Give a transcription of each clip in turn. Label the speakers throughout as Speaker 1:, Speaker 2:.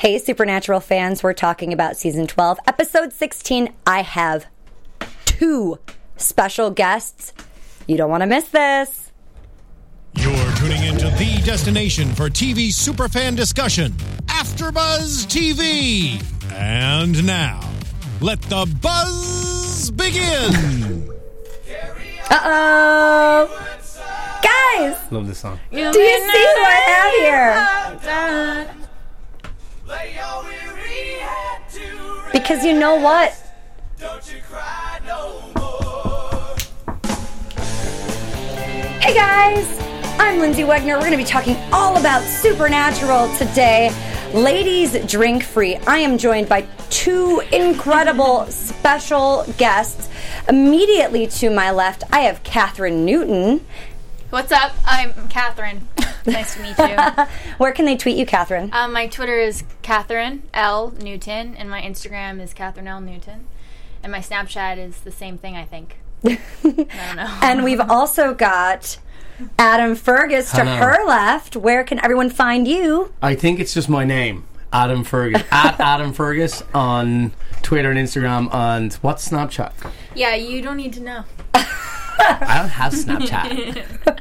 Speaker 1: Hey, Supernatural fans, we're talking about season 12, episode 16. I have two special guests. You don't want to miss this.
Speaker 2: You're tuning into the destination for TV superfan discussion, AfterBuzz TV. And now, let the buzz begin.
Speaker 1: Uh oh. Guys,
Speaker 3: Love this song.
Speaker 1: do you see who I have here? Because you know what? Hey guys, I'm Lindsay Wegner. We're going to be talking all about Supernatural today. Ladies Drink Free. I am joined by two incredible special guests. Immediately to my left, I have Katherine Newton.
Speaker 4: What's up? I'm Catherine. nice to meet you.
Speaker 1: Where can they tweet you, Catherine?
Speaker 4: um, my Twitter is Catherine L Newton, and my Instagram is Catherine L Newton, and my Snapchat is the same thing. I think. I don't know.
Speaker 1: and we've also got Adam Fergus to
Speaker 3: Hello.
Speaker 1: her left. Where can everyone find you?
Speaker 3: I think it's just my name, Adam Fergus. at Adam Fergus on Twitter and Instagram and what's Snapchat?
Speaker 4: yeah, you don't need to know.
Speaker 3: I don't have Snapchat.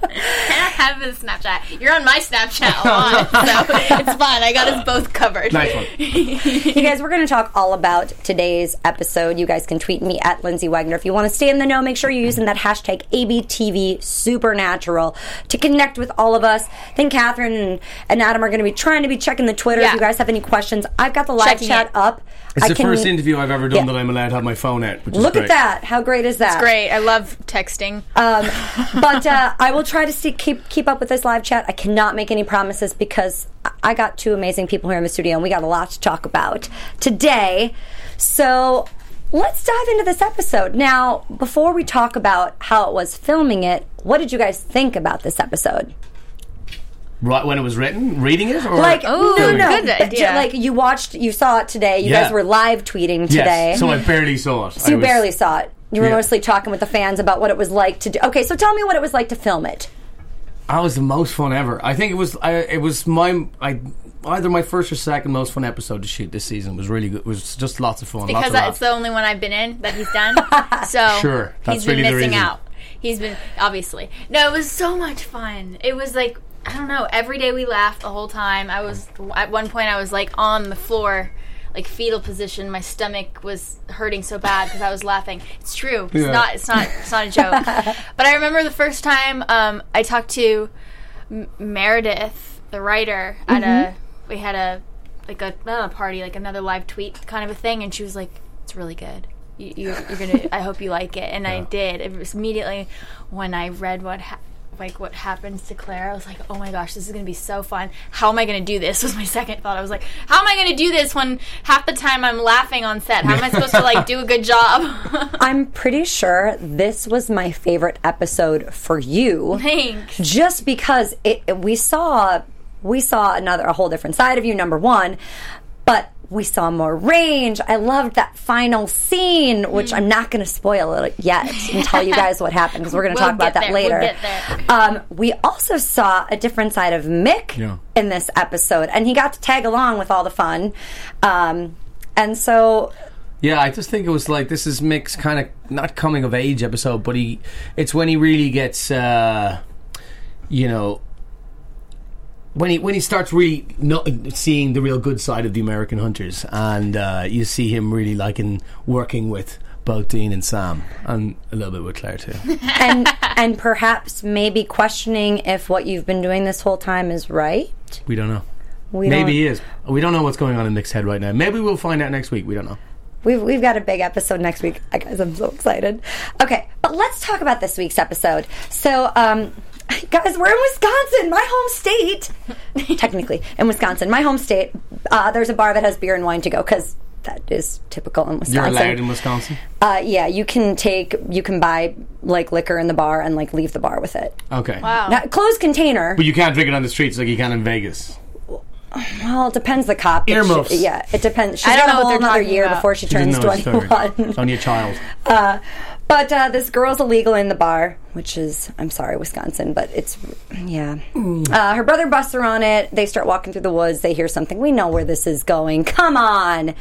Speaker 4: I have his Snapchat. You're on my Snapchat a lot, so it's fine. I got us both covered.
Speaker 3: nice one.
Speaker 1: You guys, we're going to talk all about today's episode. You guys can tweet me at Lindsay Wagner. If you want to stay in the know, make sure you're using that hashtag ABTV Supernatural to connect with all of us. I think Catherine and, and Adam are going to be trying to be checking the Twitter. If
Speaker 4: Yeah.
Speaker 1: you guys have any questions, I've got the live
Speaker 4: Checking
Speaker 1: chat
Speaker 4: it.
Speaker 1: up.
Speaker 3: It's
Speaker 1: I
Speaker 3: the
Speaker 1: can-
Speaker 3: first interview I've ever done
Speaker 1: Yeah.
Speaker 3: that I'm allowed to have my phone out, which is
Speaker 1: Look at
Speaker 3: great.
Speaker 1: that! How great is that?
Speaker 4: Great. I love texting.
Speaker 1: Um, but uh, I will try to see, keep keep up with this live chat. I cannot make any promises because I- I got two amazing people here in the studio, and we got a lot to talk about today. So let's dive into this episode now. Before we talk about how it was filming it, what did you guys think about this episode?
Speaker 3: Right when it was written, reading it, or
Speaker 1: Like,
Speaker 4: Oh,
Speaker 1: no,
Speaker 3: filming
Speaker 1: no,
Speaker 4: good
Speaker 1: but ju-
Speaker 4: idea.
Speaker 1: like you watched, you saw it today. You
Speaker 3: Yeah.
Speaker 1: guys were live tweeting
Speaker 3: Yes,
Speaker 1: today.
Speaker 3: So I barely saw it.
Speaker 1: So you
Speaker 3: I was-
Speaker 1: barely saw it. You were
Speaker 3: Yeah.
Speaker 1: mostly talking with the fans about what it was like to do. Okay, so tell me what it was like to film it.
Speaker 3: That was the most fun ever. I think it was. I, it was my. I either my first or second most fun episode to shoot this season was really good. It was just lots of fun. lots
Speaker 4: because
Speaker 3: of
Speaker 4: that-
Speaker 3: laughs.
Speaker 4: it's the only one I've been in that he's done. So
Speaker 3: Sure, that's
Speaker 4: he's been
Speaker 3: really the
Speaker 4: missing
Speaker 3: reason.
Speaker 4: out. He's been obviously no. It was so much fun. It was like I don't know. Every day we laughed the whole time. I was at one point I was like on the floor. Like fetal position, my stomach was hurting so bad because I was laughing. It's true. It's
Speaker 3: Yeah.
Speaker 4: not. It's not. It's not a joke. but I remember the first time um, I talked to M- Meredith, the writer, at a we had a like a not a party, like another live tweet kind of a thing, and she was like, "It's really good. You, you, you're gonna. I hope you like it." And I did. It was immediately when I read what. Ha- like what happens to Claire, I was like, "Oh my gosh, this is gonna be so fun! How am I gonna do this?" Was my second thought. I was like, "How am I gonna do this when half the time I'm laughing on set? How am I supposed to like do a good job?"
Speaker 1: I'm pretty sure this was my favorite episode for you,
Speaker 4: Thanks.
Speaker 1: just because it, it- we saw we saw another a whole different side of you. Number one, but we saw more range. I loved that final scene, which
Speaker 4: Hmm.
Speaker 1: I'm not going to spoil it yet and tell you guys what happened because we're going to
Speaker 4: We'll
Speaker 1: talk about that
Speaker 4: get there. We'll
Speaker 1: later.
Speaker 4: get there.
Speaker 1: Um, we also saw a different side of Mick
Speaker 3: Yeah.
Speaker 1: in this episode, and he got to tag along with all the fun. Um, and so
Speaker 3: Yeah, I just think it was like this is Mick's kind of not coming of age episode, but he it's when he really gets uh you know when he when he starts really no, seeing the real good side of the American hunters and uh you see him really liking working with both Dean and Sam and a little bit with Claire too.
Speaker 1: and and perhaps maybe questioning if what you've been doing this whole time is right.
Speaker 3: We don't know.
Speaker 1: We
Speaker 3: Maybe he
Speaker 1: don't-
Speaker 3: is. We don't know what's going on in Mick's head right now. Maybe we'll find out next week. We don't know.
Speaker 1: we've we've got a big episode next week, I guys. I'm so excited. Okay, but let's talk about this week's episode. So, um, guys, we're in Wisconsin, my home state. Technically, in Wisconsin, my home state. Uh, there's a bar that has beer and wine to go because. That is typical in Wisconsin.
Speaker 3: You're allowed in Wisconsin.
Speaker 1: Uh, yeah, you can take, you can buy like liquor in the bar and like leave the bar with it.
Speaker 3: Okay.
Speaker 4: Wow.
Speaker 1: Now, closed container.
Speaker 3: But you can't drink it on the streets like you can in Vegas.
Speaker 1: Well, it depends the cop. but
Speaker 3: Earmuffs.
Speaker 1: she- yeah, it depends. She's
Speaker 4: don't
Speaker 1: got a
Speaker 4: know what
Speaker 1: whole
Speaker 4: they're
Speaker 1: another
Speaker 4: talking
Speaker 1: year
Speaker 4: about.
Speaker 1: before she
Speaker 3: Didn't
Speaker 1: turns
Speaker 3: know it was
Speaker 1: 21.
Speaker 3: Only a child.
Speaker 1: But uh, this girl's illegal in the bar, which is, I'm sorry, Wisconsin, but it's, yeah. Uh, her brother busts her on it. They start walking through the woods. They hear something. We know where this is going. Come on.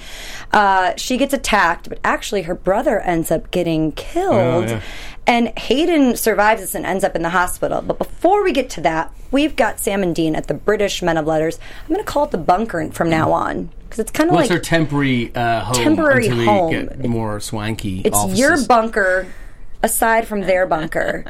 Speaker 1: Uh, she gets attacked, but actually, her brother ends up getting killed.
Speaker 3: Oh, yeah.
Speaker 1: And Hayden survives this and ends up in the hospital. But before we get to that, we've got Sam and Dean at the British Men of Letters. I'm going to call it the bunker from now on because it's kind of
Speaker 3: What's
Speaker 1: like
Speaker 3: her temporary uh, home?
Speaker 1: Temporary
Speaker 3: until we
Speaker 1: home.
Speaker 3: Get more swanky.
Speaker 1: it's
Speaker 3: offices.
Speaker 1: your bunker aside from their bunker.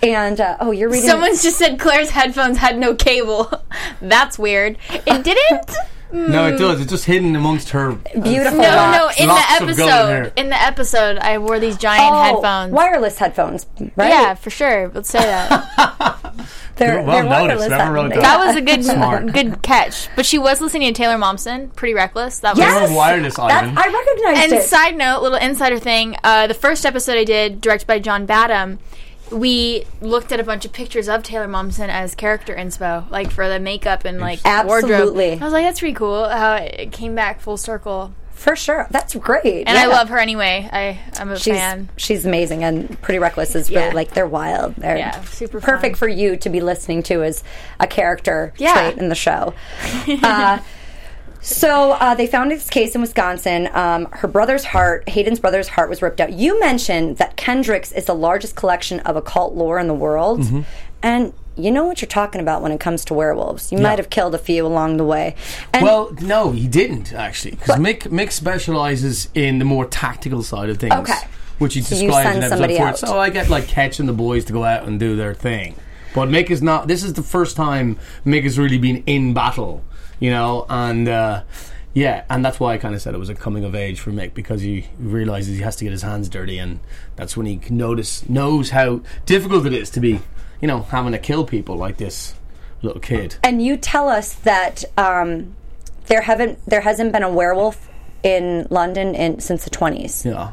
Speaker 1: And uh, oh, you're reading.
Speaker 4: Someone just said Claire's headphones had no cable. That's weird. It didn't.
Speaker 3: No, it does. It's just hidden amongst her.
Speaker 1: beautiful.
Speaker 4: No,
Speaker 1: rock.
Speaker 4: no. In the
Speaker 3: Lots of gold in there.
Speaker 4: episode, in the episode, I wore these giant
Speaker 1: Oh,
Speaker 4: headphones.
Speaker 1: wireless headphones, right?
Speaker 4: Yeah, for sure. Let's say that.
Speaker 1: they're,
Speaker 3: Well
Speaker 1: they're
Speaker 3: noticed.
Speaker 1: wireless.
Speaker 3: Never really
Speaker 1: headphones.
Speaker 3: thought
Speaker 4: that was a good,
Speaker 3: Smart.
Speaker 4: good catch. But she was listening to Taylor Momsen. Pretty reckless. That was
Speaker 1: Yes,
Speaker 3: You're a wireless
Speaker 1: That's-
Speaker 3: Ivan.
Speaker 1: I recognized
Speaker 4: And
Speaker 1: it.
Speaker 4: side note, little insider thing. Uh, the first episode I did, directed by John Badham, we looked at a bunch of pictures of Taylor Momsen as character inspo, like for the makeup and like
Speaker 1: Absolutely.
Speaker 4: wardrobe. I was like, that's pretty cool how it came back full circle.
Speaker 1: for sure. That's great.
Speaker 4: And I
Speaker 1: yeah.
Speaker 4: love her anyway. I I'm a
Speaker 1: She's
Speaker 4: fan.
Speaker 1: she's amazing and pretty reckless is really
Speaker 4: Yeah.
Speaker 1: like they're wild. They're
Speaker 4: Yeah, super
Speaker 1: perfect for
Speaker 4: fun.
Speaker 1: you to be listening to as a character
Speaker 4: Yeah.
Speaker 1: trait in the show. uh, so uh, they found this case in Wisconsin. Um, her brother's heart, Hayden's brother's heart, was ripped out. You mentioned that Kendrick's is the largest collection of occult lore in the world, and you know what you're talking about when it comes to werewolves. You might have killed a few along the way. And
Speaker 3: Well, no, he didn't actually, because Mick Mick specializes in the more tactical side of things.
Speaker 1: Okay.
Speaker 3: which he
Speaker 1: you
Speaker 3: describes
Speaker 1: send
Speaker 3: in episode
Speaker 1: somebody
Speaker 3: four.
Speaker 1: out.
Speaker 3: So I get like catching the boys to go out and do their thing, but Mick is not. This is the first time Mick has really been in battle, you know, and. Uh, yeah, and that's why I kind of said it was a coming of age for Mick because he realizes he has to get his hands dirty, and that's when he notice knows how difficult it is to be, you know, having to kill people like this little kid.
Speaker 1: and you tell us that um, there haven't there hasn't been a werewolf in London in since the twenties.
Speaker 3: Yeah,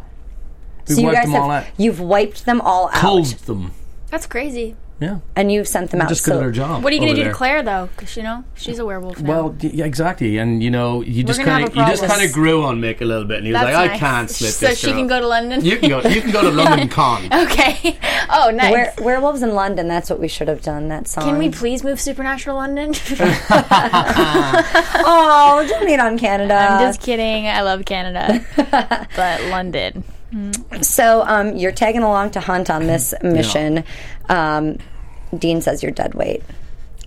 Speaker 1: so
Speaker 3: We
Speaker 1: you
Speaker 3: wiped
Speaker 1: guys
Speaker 3: them
Speaker 1: have
Speaker 3: all out.
Speaker 1: you've wiped them all
Speaker 3: told
Speaker 1: out
Speaker 3: them.
Speaker 4: That's crazy.
Speaker 3: Yeah,
Speaker 1: and you've sent them out.
Speaker 3: just good
Speaker 1: So
Speaker 3: at her job.
Speaker 4: What are you gonna
Speaker 3: over
Speaker 4: do
Speaker 3: there.
Speaker 4: to Claire though? Because you know she's a werewolf. Now.
Speaker 3: Well, d- yeah, exactly, and you know, you just
Speaker 4: gonna
Speaker 3: kind
Speaker 4: have
Speaker 3: of
Speaker 4: a
Speaker 3: you just
Speaker 4: problem.
Speaker 3: kind of grew on Mick a little bit, and he was
Speaker 4: That's
Speaker 3: like, "I
Speaker 4: nice.
Speaker 3: can't slip
Speaker 4: So
Speaker 3: this."
Speaker 4: she
Speaker 3: girl.
Speaker 4: can go to London.
Speaker 3: You can go. You can go to London Con.
Speaker 4: okay. Oh, nice.
Speaker 1: Were- werewolves in London. That's what we should have done. That song.
Speaker 4: Can we please move Supernatural London?
Speaker 1: oh, don't hate on Canada.
Speaker 4: I'm just kidding. I love Canada, but London.
Speaker 1: so um, you're tagging along to hunt on this mission. Um, Dean says you're dead weight.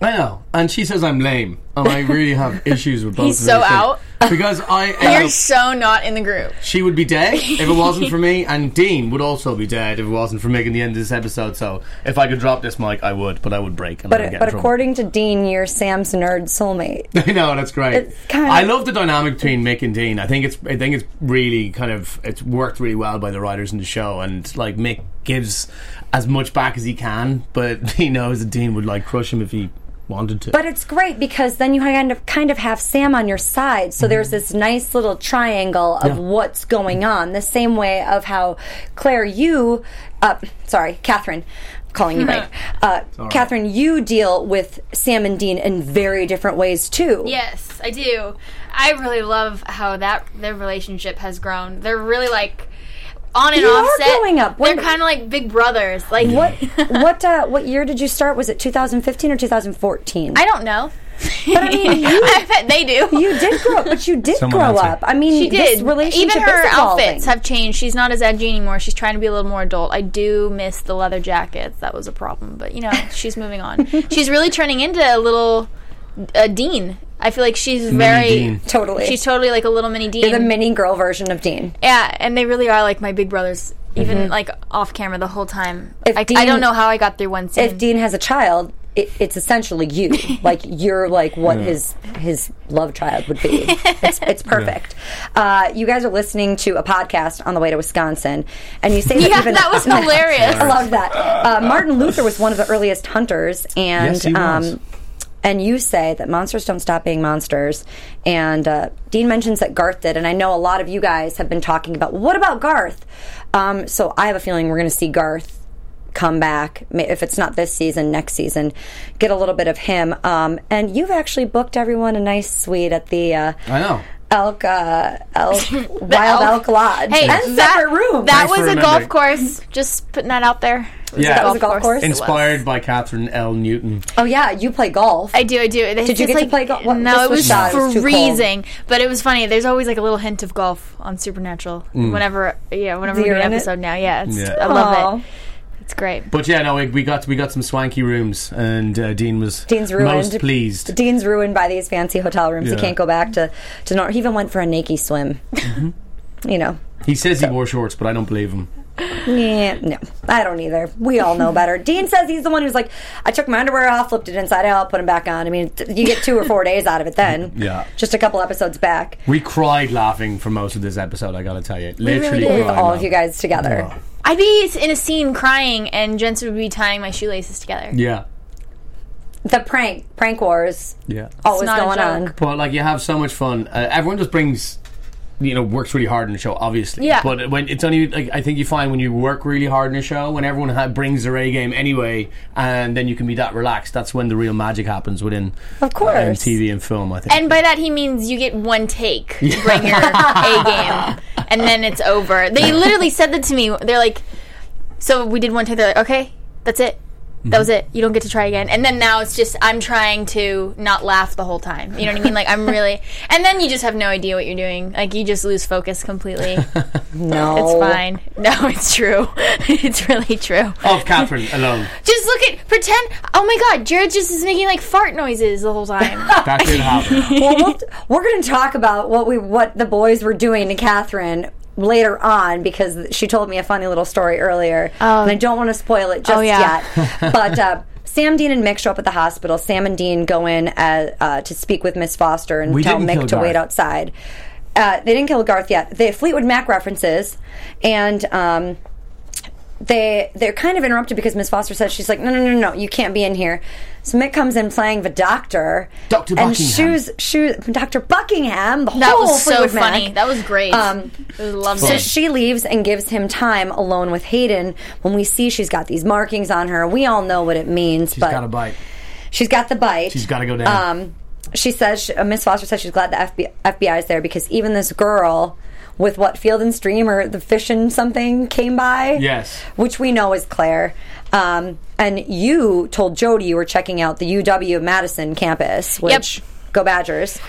Speaker 3: I know, and she says I'm lame, and I really have issues with both.
Speaker 4: He's
Speaker 3: of those
Speaker 4: so
Speaker 3: things.
Speaker 4: out.
Speaker 3: because I.
Speaker 4: You're
Speaker 3: uh,
Speaker 4: so not in the group.
Speaker 3: She would be dead if it wasn't for me, and Dean would also be dead if it wasn't for making the end of this episode. So, if I could drop this mic, I would, but I would break. And I would
Speaker 1: But
Speaker 3: get
Speaker 1: but
Speaker 3: in trouble.
Speaker 1: according to Dean, you're Sam's nerd soulmate.
Speaker 3: I know that's great.
Speaker 1: kind of-
Speaker 3: I love the dynamic between Mick and Dean. I think it's I think it's really kind of it's worked really well by the writers in the show, and like Mick gives as much back as he can, but he knows that Dean would like crush him if he wanted to.
Speaker 1: But it's great because then you kind of kind of have Sam on your side. So
Speaker 3: Mm-hmm.
Speaker 1: there's this nice little triangle of what's going on. The same way of how Claire, you, uh, sorry, Catherine, calling you right, uh, Catherine, you deal with Sam and Dean in very different ways too.
Speaker 4: Yes, I do. I really love how that their relationship has grown. They're really like on and
Speaker 1: You
Speaker 4: off
Speaker 1: are
Speaker 4: set.
Speaker 1: growing up.
Speaker 4: They're
Speaker 1: When-
Speaker 4: kind of like big brothers. Like
Speaker 1: What what uh, what year did you start? Was it 2015 or 2014?
Speaker 4: I don't know.
Speaker 1: But I mean, you,
Speaker 4: I bet they do.
Speaker 1: you did grow up, but you did
Speaker 3: Someone
Speaker 1: grow
Speaker 3: else here.
Speaker 1: up. I mean,
Speaker 4: she
Speaker 1: this
Speaker 4: did.
Speaker 1: relationship
Speaker 4: Even her
Speaker 1: is evolving.
Speaker 4: outfits have changed. She's not as edgy anymore. She's trying to be a little more adult. I do miss the leather jackets. That was a problem, but you know, she's moving on. She's really turning into a little uh, Dean. I feel like she's very
Speaker 3: Dean.
Speaker 1: Totally.
Speaker 4: She's totally like a little mini Dean.
Speaker 1: You're the mini girl version of Dean.
Speaker 4: Yeah, and they really are like my big brothers, even like off camera the whole time.
Speaker 1: Mhm. If
Speaker 4: I, I
Speaker 1: Dean-
Speaker 4: don't know how I got through one scene.
Speaker 1: if Dean has a child, it, it's essentially you. like you're like what his his love child would be. It's, it's perfect. Uh, you guys are listening to a podcast on the way to Wisconsin, and you say that
Speaker 4: yeah,
Speaker 1: even-
Speaker 4: that was hilarious.
Speaker 1: I love that. Uh, Martin Luther was one of the earliest hunters, and um,
Speaker 3: Yes, he was.
Speaker 1: and you say that monsters don't stop being monsters. And uh, Dean mentions that Garth did, and I know a lot of you guys have been talking about what about Garth. Um, so I have a feeling we're going to see Garth come back ma- if it's not this season, next season. Get a little bit of him, um, and you've actually booked everyone a nice suite at the. Uh,
Speaker 3: I know.
Speaker 1: elk, uh, elk wild elk,
Speaker 4: elk.
Speaker 1: lodge
Speaker 4: Hey,
Speaker 1: and
Speaker 4: that,
Speaker 1: separate room.
Speaker 4: That
Speaker 3: Thanks for
Speaker 4: was a
Speaker 3: remembering.
Speaker 4: golf course. Just putting that out there. It was
Speaker 3: Yeah. That was
Speaker 1: a golf course?
Speaker 4: It was.
Speaker 3: Inspired by Catherine L. Newton.
Speaker 1: oh yeah, you play golf.
Speaker 4: I do, I do. It's
Speaker 1: Did you
Speaker 4: just
Speaker 1: get to
Speaker 4: like,
Speaker 1: play golf? What-
Speaker 4: No,
Speaker 1: this
Speaker 4: it
Speaker 1: was
Speaker 4: was
Speaker 1: shot. It was too cold.
Speaker 4: freezing. But it was funny. There's always like a little hint of golf on Supernatural. Whenever, yeah, whenever we do
Speaker 1: You're
Speaker 4: an
Speaker 1: in it?
Speaker 4: episode now, yeah, it's,
Speaker 3: Yeah.
Speaker 4: I love
Speaker 1: Aw.
Speaker 4: it. It's great.
Speaker 3: But yeah, no, we, we got we got some swanky rooms, and uh, Dean was
Speaker 1: Dean's ruined.
Speaker 3: most pleased.
Speaker 1: Dean's ruined by these fancy hotel rooms.
Speaker 3: Yeah.
Speaker 1: He can't go back to to Nor- He even went for a naked swim.
Speaker 3: Mm-hmm.
Speaker 1: you know.
Speaker 3: He says he wore shorts, but I don't believe him.
Speaker 1: Yeah, no, I don't either. We all know better. Dean says he's the one who's like, I took my underwear off, flipped it inside out, put them back on. I mean, th- you get two or four days out of it then.
Speaker 3: Yeah.
Speaker 1: Just a couple episodes back.
Speaker 3: We cried laughing for most of this episode. I gotta tell you,
Speaker 4: really
Speaker 3: literally
Speaker 4: did.
Speaker 3: cried
Speaker 1: all of
Speaker 3: laugh.
Speaker 1: you guys together.
Speaker 3: Oh.
Speaker 4: I'd be s- in a scene crying, and Jensen would be tying my shoelaces together.
Speaker 3: Yeah,
Speaker 1: The prank, prank wars,
Speaker 3: yeah.
Speaker 1: always
Speaker 4: not a
Speaker 1: going on.
Speaker 4: joke.
Speaker 3: But like, you have so much fun. Uh, everyone just brings, you know, works really hard in the show, obviously.
Speaker 4: Yeah.
Speaker 3: But when it's only like, I think you find when you work really hard in a show, when everyone ha- brings their A game anyway, and then you can be that relaxed. That's when the real magic happens within,
Speaker 1: Of course.
Speaker 3: um, TV and film. I think.
Speaker 4: And by that he means you get one take to bring your A game, and then it's over. They literally said that to me. They're like, "So we did one take. They're like, okay, that's it. That was it. You don't get to try again." And then now it's just I'm trying to not laugh the whole time. You know what I mean? Like I'm really, and then you just have no idea what you're doing. Like you just lose focus completely. It's
Speaker 1: No.
Speaker 4: fine. No, it's true. it's really true.
Speaker 3: of Catherine alone.
Speaker 4: Just look at pretend. Oh my God, Jared just is making like fart noises the whole time.
Speaker 3: That did happen.
Speaker 1: well, we'll, we're going to talk about what we what the boys were doing to Catherine later on because she told me a funny little story earlier, and I don't want to spoil it just
Speaker 4: Um, Oh, yeah.
Speaker 1: yet. But uh, Sam, Dean, and Mick show up at the hospital. Sam and Dean go in uh, uh, to speak with Miss Foster and
Speaker 3: We
Speaker 1: tell
Speaker 3: didn't
Speaker 1: Mick
Speaker 3: kill
Speaker 1: to
Speaker 3: Garth.
Speaker 1: wait outside. Uh, they didn't kill Garth yet. They Fleetwood Mac references, and um, they they're kind of interrupted because Miss Foster says she's like, no, no, no, no, you can't be in here. So Mick comes in playing the doctor,
Speaker 3: Dr.
Speaker 1: and
Speaker 3: Buckingham.
Speaker 1: shoes, shoes, Dr. Buckingham. The
Speaker 4: That
Speaker 1: whole
Speaker 4: was so
Speaker 1: Fleetwood Mac.
Speaker 4: funny. That was great.
Speaker 1: Um,
Speaker 4: it was lovely.
Speaker 1: So she leaves and gives him time alone with Hayden. When we see she's got these markings on her, we all know what it means.
Speaker 3: She's
Speaker 1: but
Speaker 3: got a bite.
Speaker 1: She's got the bite.
Speaker 3: She's gotta go down.
Speaker 1: Um, she says she- uh, Miss Foster says she's glad the FBI, FBI is there because even this girl with what Field and Stream or the fish and something came by.
Speaker 3: Yes.
Speaker 1: which we know is Claire. Um, and you told Jody you were checking out the UW Madison campus. Which Go Badgers.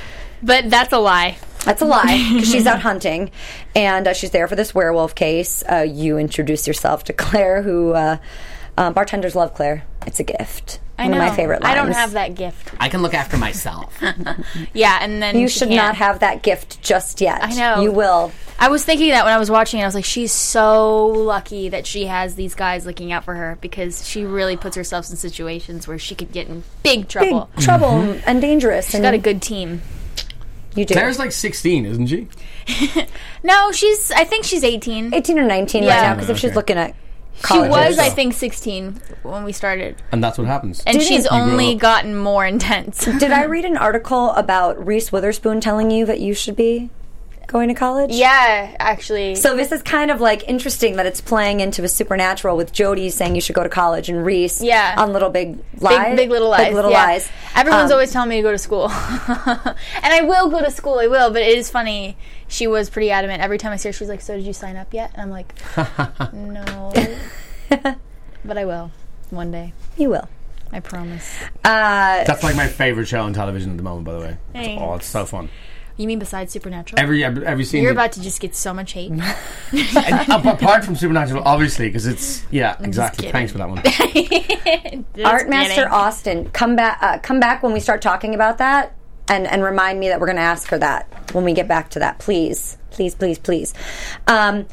Speaker 4: but that's a lie.
Speaker 1: That's a lie. 'cause she's out hunting, and uh, she's there for this werewolf case. Uh, you introduce yourself to Claire, who uh, uh, bartenders love Claire. It's a gift.
Speaker 4: I
Speaker 1: One
Speaker 4: know.
Speaker 1: of my favorite lines.
Speaker 4: I don't have that gift.
Speaker 3: I can look after myself.
Speaker 4: Yeah, and then
Speaker 1: You
Speaker 4: she
Speaker 1: should
Speaker 4: can't.
Speaker 1: not have that gift just yet. I
Speaker 4: know.
Speaker 1: You will.
Speaker 4: I was thinking that when I was watching it. I was like, she's so lucky that she has these guys looking out for her because she really puts herself in situations where she could get in big
Speaker 1: Big
Speaker 4: trouble.
Speaker 1: trouble and dangerous. and
Speaker 4: She's got a good team.
Speaker 1: you do.
Speaker 3: Claire's like 16, isn't she?
Speaker 4: No, she's. I think she's 18.
Speaker 1: 18 or 19 right
Speaker 4: Yeah.
Speaker 1: now because if she's
Speaker 3: Okay.
Speaker 1: looking at
Speaker 4: she
Speaker 1: college.
Speaker 4: was, I
Speaker 3: so.
Speaker 4: think, 16 when we started,
Speaker 3: And that's what happens.
Speaker 4: and
Speaker 1: Didn't-
Speaker 4: she's
Speaker 1: You grow
Speaker 4: only
Speaker 3: up.
Speaker 4: gotten more intense.
Speaker 1: Did I read an article about Reese Witherspoon telling you that you should be going to college?
Speaker 4: yeah, actually.
Speaker 1: So this is kind of like interesting that it's playing into a supernatural with Jodie saying you should go to college and Reese
Speaker 4: Yeah.
Speaker 1: on Little Big Lies.
Speaker 4: Big, big little lies.
Speaker 1: Big Little
Speaker 4: yeah.
Speaker 1: Lies.
Speaker 4: Everyone's
Speaker 1: Um,
Speaker 4: always telling me to go to school, and I will go to school. I will. But it is funny. She was pretty adamant. Every time I see her, she's like, "So did you sign up yet?" And I'm like, "No." but I will one day.
Speaker 1: You will.
Speaker 4: I promise.
Speaker 1: Uh,
Speaker 3: That's like my favorite show on television at the moment, by the way.
Speaker 4: Thanks.
Speaker 3: Oh, it's so fun.
Speaker 4: You mean besides Supernatural?
Speaker 3: Every every scene.
Speaker 4: You're
Speaker 3: that-
Speaker 4: about to just get so much hate.
Speaker 3: and up- apart from Supernatural, obviously, because it's yeah, exactly.
Speaker 4: kidding.
Speaker 3: Thanks for that one.
Speaker 1: Art Master Austin, come back. Uh, come back when we start talking about that, and and remind me that we're going to ask her that when we get back to that. Please, please, please, please. Um,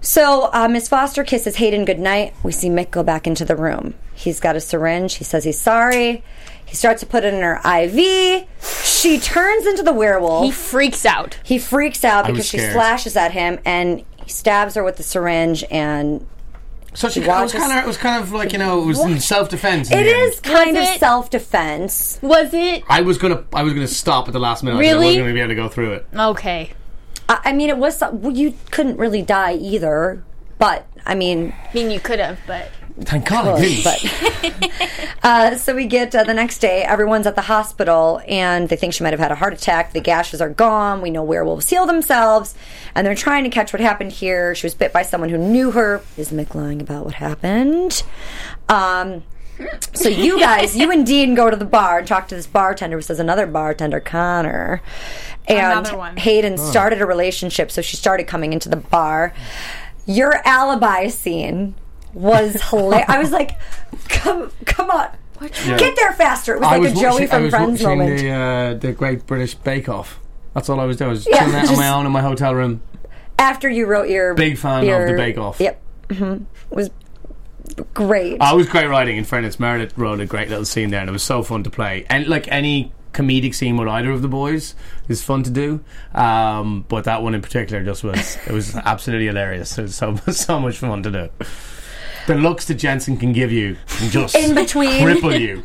Speaker 1: so uh, Miss Foster kisses Hayden goodnight. We see Mick go back into the room. He's got a syringe. He says he's sorry. He starts to put it in her IV. She turns into the werewolf.
Speaker 4: He freaks out.
Speaker 1: He freaks out
Speaker 3: was
Speaker 1: because she
Speaker 3: scared.
Speaker 1: slashes at him and he stabs her with the syringe and
Speaker 3: So she, it was
Speaker 1: watches-
Speaker 3: kind of it was kind of like you know it was in self defense.
Speaker 1: it is kind
Speaker 4: Was
Speaker 1: of
Speaker 4: it-
Speaker 1: self defense.
Speaker 4: Was it
Speaker 3: I was gonna I was gonna stop at the last minute. I
Speaker 4: Really?
Speaker 3: wasn't gonna be able to go through it.
Speaker 4: okay?
Speaker 1: I, I mean, it was some- well, you couldn't really die either, but I mean,
Speaker 4: I mean, you could have, but
Speaker 3: Thank God I
Speaker 1: close,
Speaker 3: didn't.
Speaker 1: but uh, so we get uh, the next day. Everyone's at the hospital, and they think she might have had a heart attack. The gashes are gone. We know werewolves heal themselves, and they're trying to catch what happened here. She was bit by someone who knew her. Is Mick lying about what happened? Um, so you guys, you and Dean go to the bar and talk to this bartender, who says another bartender, Connor, and
Speaker 4: Another one.
Speaker 1: Hayden started a relationship, so she started coming into the bar. Your alibi scene was hilarious. I was like, "Come, come on, get there faster!" It was
Speaker 3: I
Speaker 1: like
Speaker 3: was
Speaker 1: a Joey
Speaker 3: watching, I
Speaker 1: from
Speaker 3: was
Speaker 1: Friends
Speaker 3: watching
Speaker 1: moment.
Speaker 3: The, uh, the Great British Bake Off. That's all I was doing. I was
Speaker 1: Yeah,
Speaker 3: chilling out on my
Speaker 1: just-
Speaker 3: own in my hotel room.
Speaker 1: After you wrote your
Speaker 3: Big fan of
Speaker 1: your-
Speaker 3: the Bake Off.
Speaker 1: Yep, mm-hmm. it was great.
Speaker 3: I was great writing. In fairness, Meredith wrote a great little scene there, and it was so fun to play. And like any comedic scene with either of the boys is fun to do, um, but that one in particular just was it was absolutely hilarious. It was so so much fun to do. The looks that Jensen can give you can just
Speaker 1: In between.
Speaker 3: cripple you.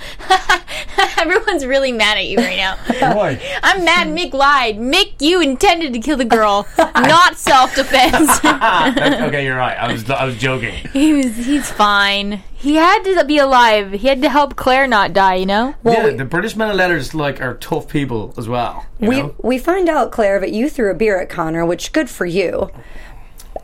Speaker 4: Everyone's really mad at you right now.
Speaker 3: Why?
Speaker 4: I'm mad Mick lied. Mick, you intended to kill the girl, not self defense.
Speaker 3: okay, you're right. I was I was joking.
Speaker 4: he was he's fine. He had to be alive. He had to help Claire not die, you know?
Speaker 3: yeah, the British men of letters like are tough people as well. you
Speaker 1: we
Speaker 3: know?
Speaker 1: we find out Claire that you threw a beer at Connor, which good for you.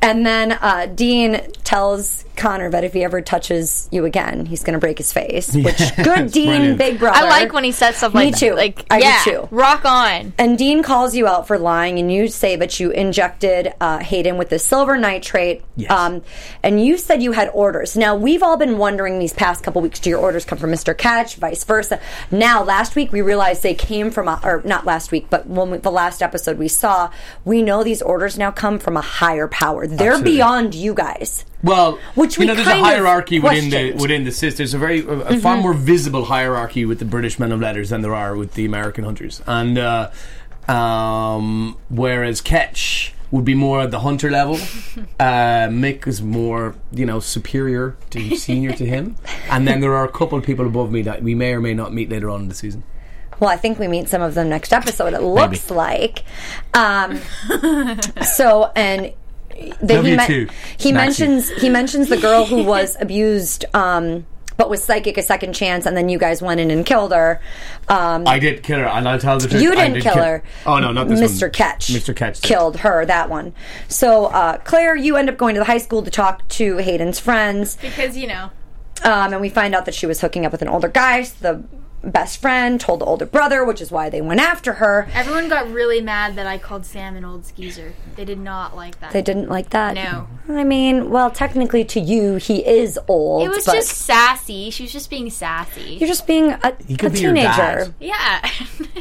Speaker 1: And then uh, Dean tells Connor that if he ever touches you again, he's going to break his face. Which good Dean,
Speaker 3: brilliant.
Speaker 1: big brother.
Speaker 4: I like when he says stuff
Speaker 1: Me
Speaker 4: like
Speaker 1: too.
Speaker 4: Like
Speaker 1: I do
Speaker 4: yeah,
Speaker 1: too.
Speaker 4: Rock on.
Speaker 1: And Dean calls you out for lying, and you say that you injected uh, Hayden with the silver nitrate. um,
Speaker 3: Yes.
Speaker 1: and you said you had orders. Now, we've all been wondering these past couple weeks do your orders come from Mr. Catch, vice versa? Now, last week we realized they came from, a, or not last week, but when we, the last episode we saw, we know these orders now come from a higher power. They're
Speaker 3: Absolutely.
Speaker 1: beyond you guys.
Speaker 3: Well,
Speaker 1: Which
Speaker 3: you
Speaker 1: we
Speaker 3: know, there's a
Speaker 1: kind of
Speaker 3: hierarchy within the
Speaker 1: questioned. Mm-hmm.
Speaker 3: within the sis. There's a very a, a far more visible hierarchy with the British men of letters than there are with the American hunters, and uh, um, whereas Ketch would be more at the hunter level, uh, Mick is more you know superior to senior to him, and then there are a couple of people above me that we may or may not meet later on in the season.
Speaker 1: Well, I think we meet some of them next episode. It looks like. Um, so and they,
Speaker 3: Love
Speaker 1: he,
Speaker 3: you too,
Speaker 1: he
Speaker 3: Maxie.
Speaker 1: mentions he mentions the girl who was abused, um, but was psychic a second chance, and then you guys went in and killed her. Um,
Speaker 3: I did kill her, and I'll tell the truth.
Speaker 1: you
Speaker 3: I
Speaker 1: didn't
Speaker 3: did
Speaker 1: kill her.
Speaker 3: Oh no, not this
Speaker 1: Mr.
Speaker 3: one.
Speaker 1: Ketch.
Speaker 3: Mr. Ketch did.
Speaker 1: killed her. That one. So uh, Claire, you end up going to the high school to talk to Hayden's friends.
Speaker 4: Because you know.
Speaker 1: Um, and we find out that she was hooking up with an older guy. So the best friend told the older brother, which is why they went after her.
Speaker 4: Everyone got really mad that I called Sam an old skeezer. They did not like that.
Speaker 1: They didn't like that.
Speaker 4: No.
Speaker 1: I mean, well, technically to you, he is old.
Speaker 4: it was
Speaker 1: but
Speaker 4: just sassy. She was just being sassy.
Speaker 1: You're just being a, a
Speaker 3: could be your
Speaker 1: teenager.
Speaker 3: dad.
Speaker 4: Yeah.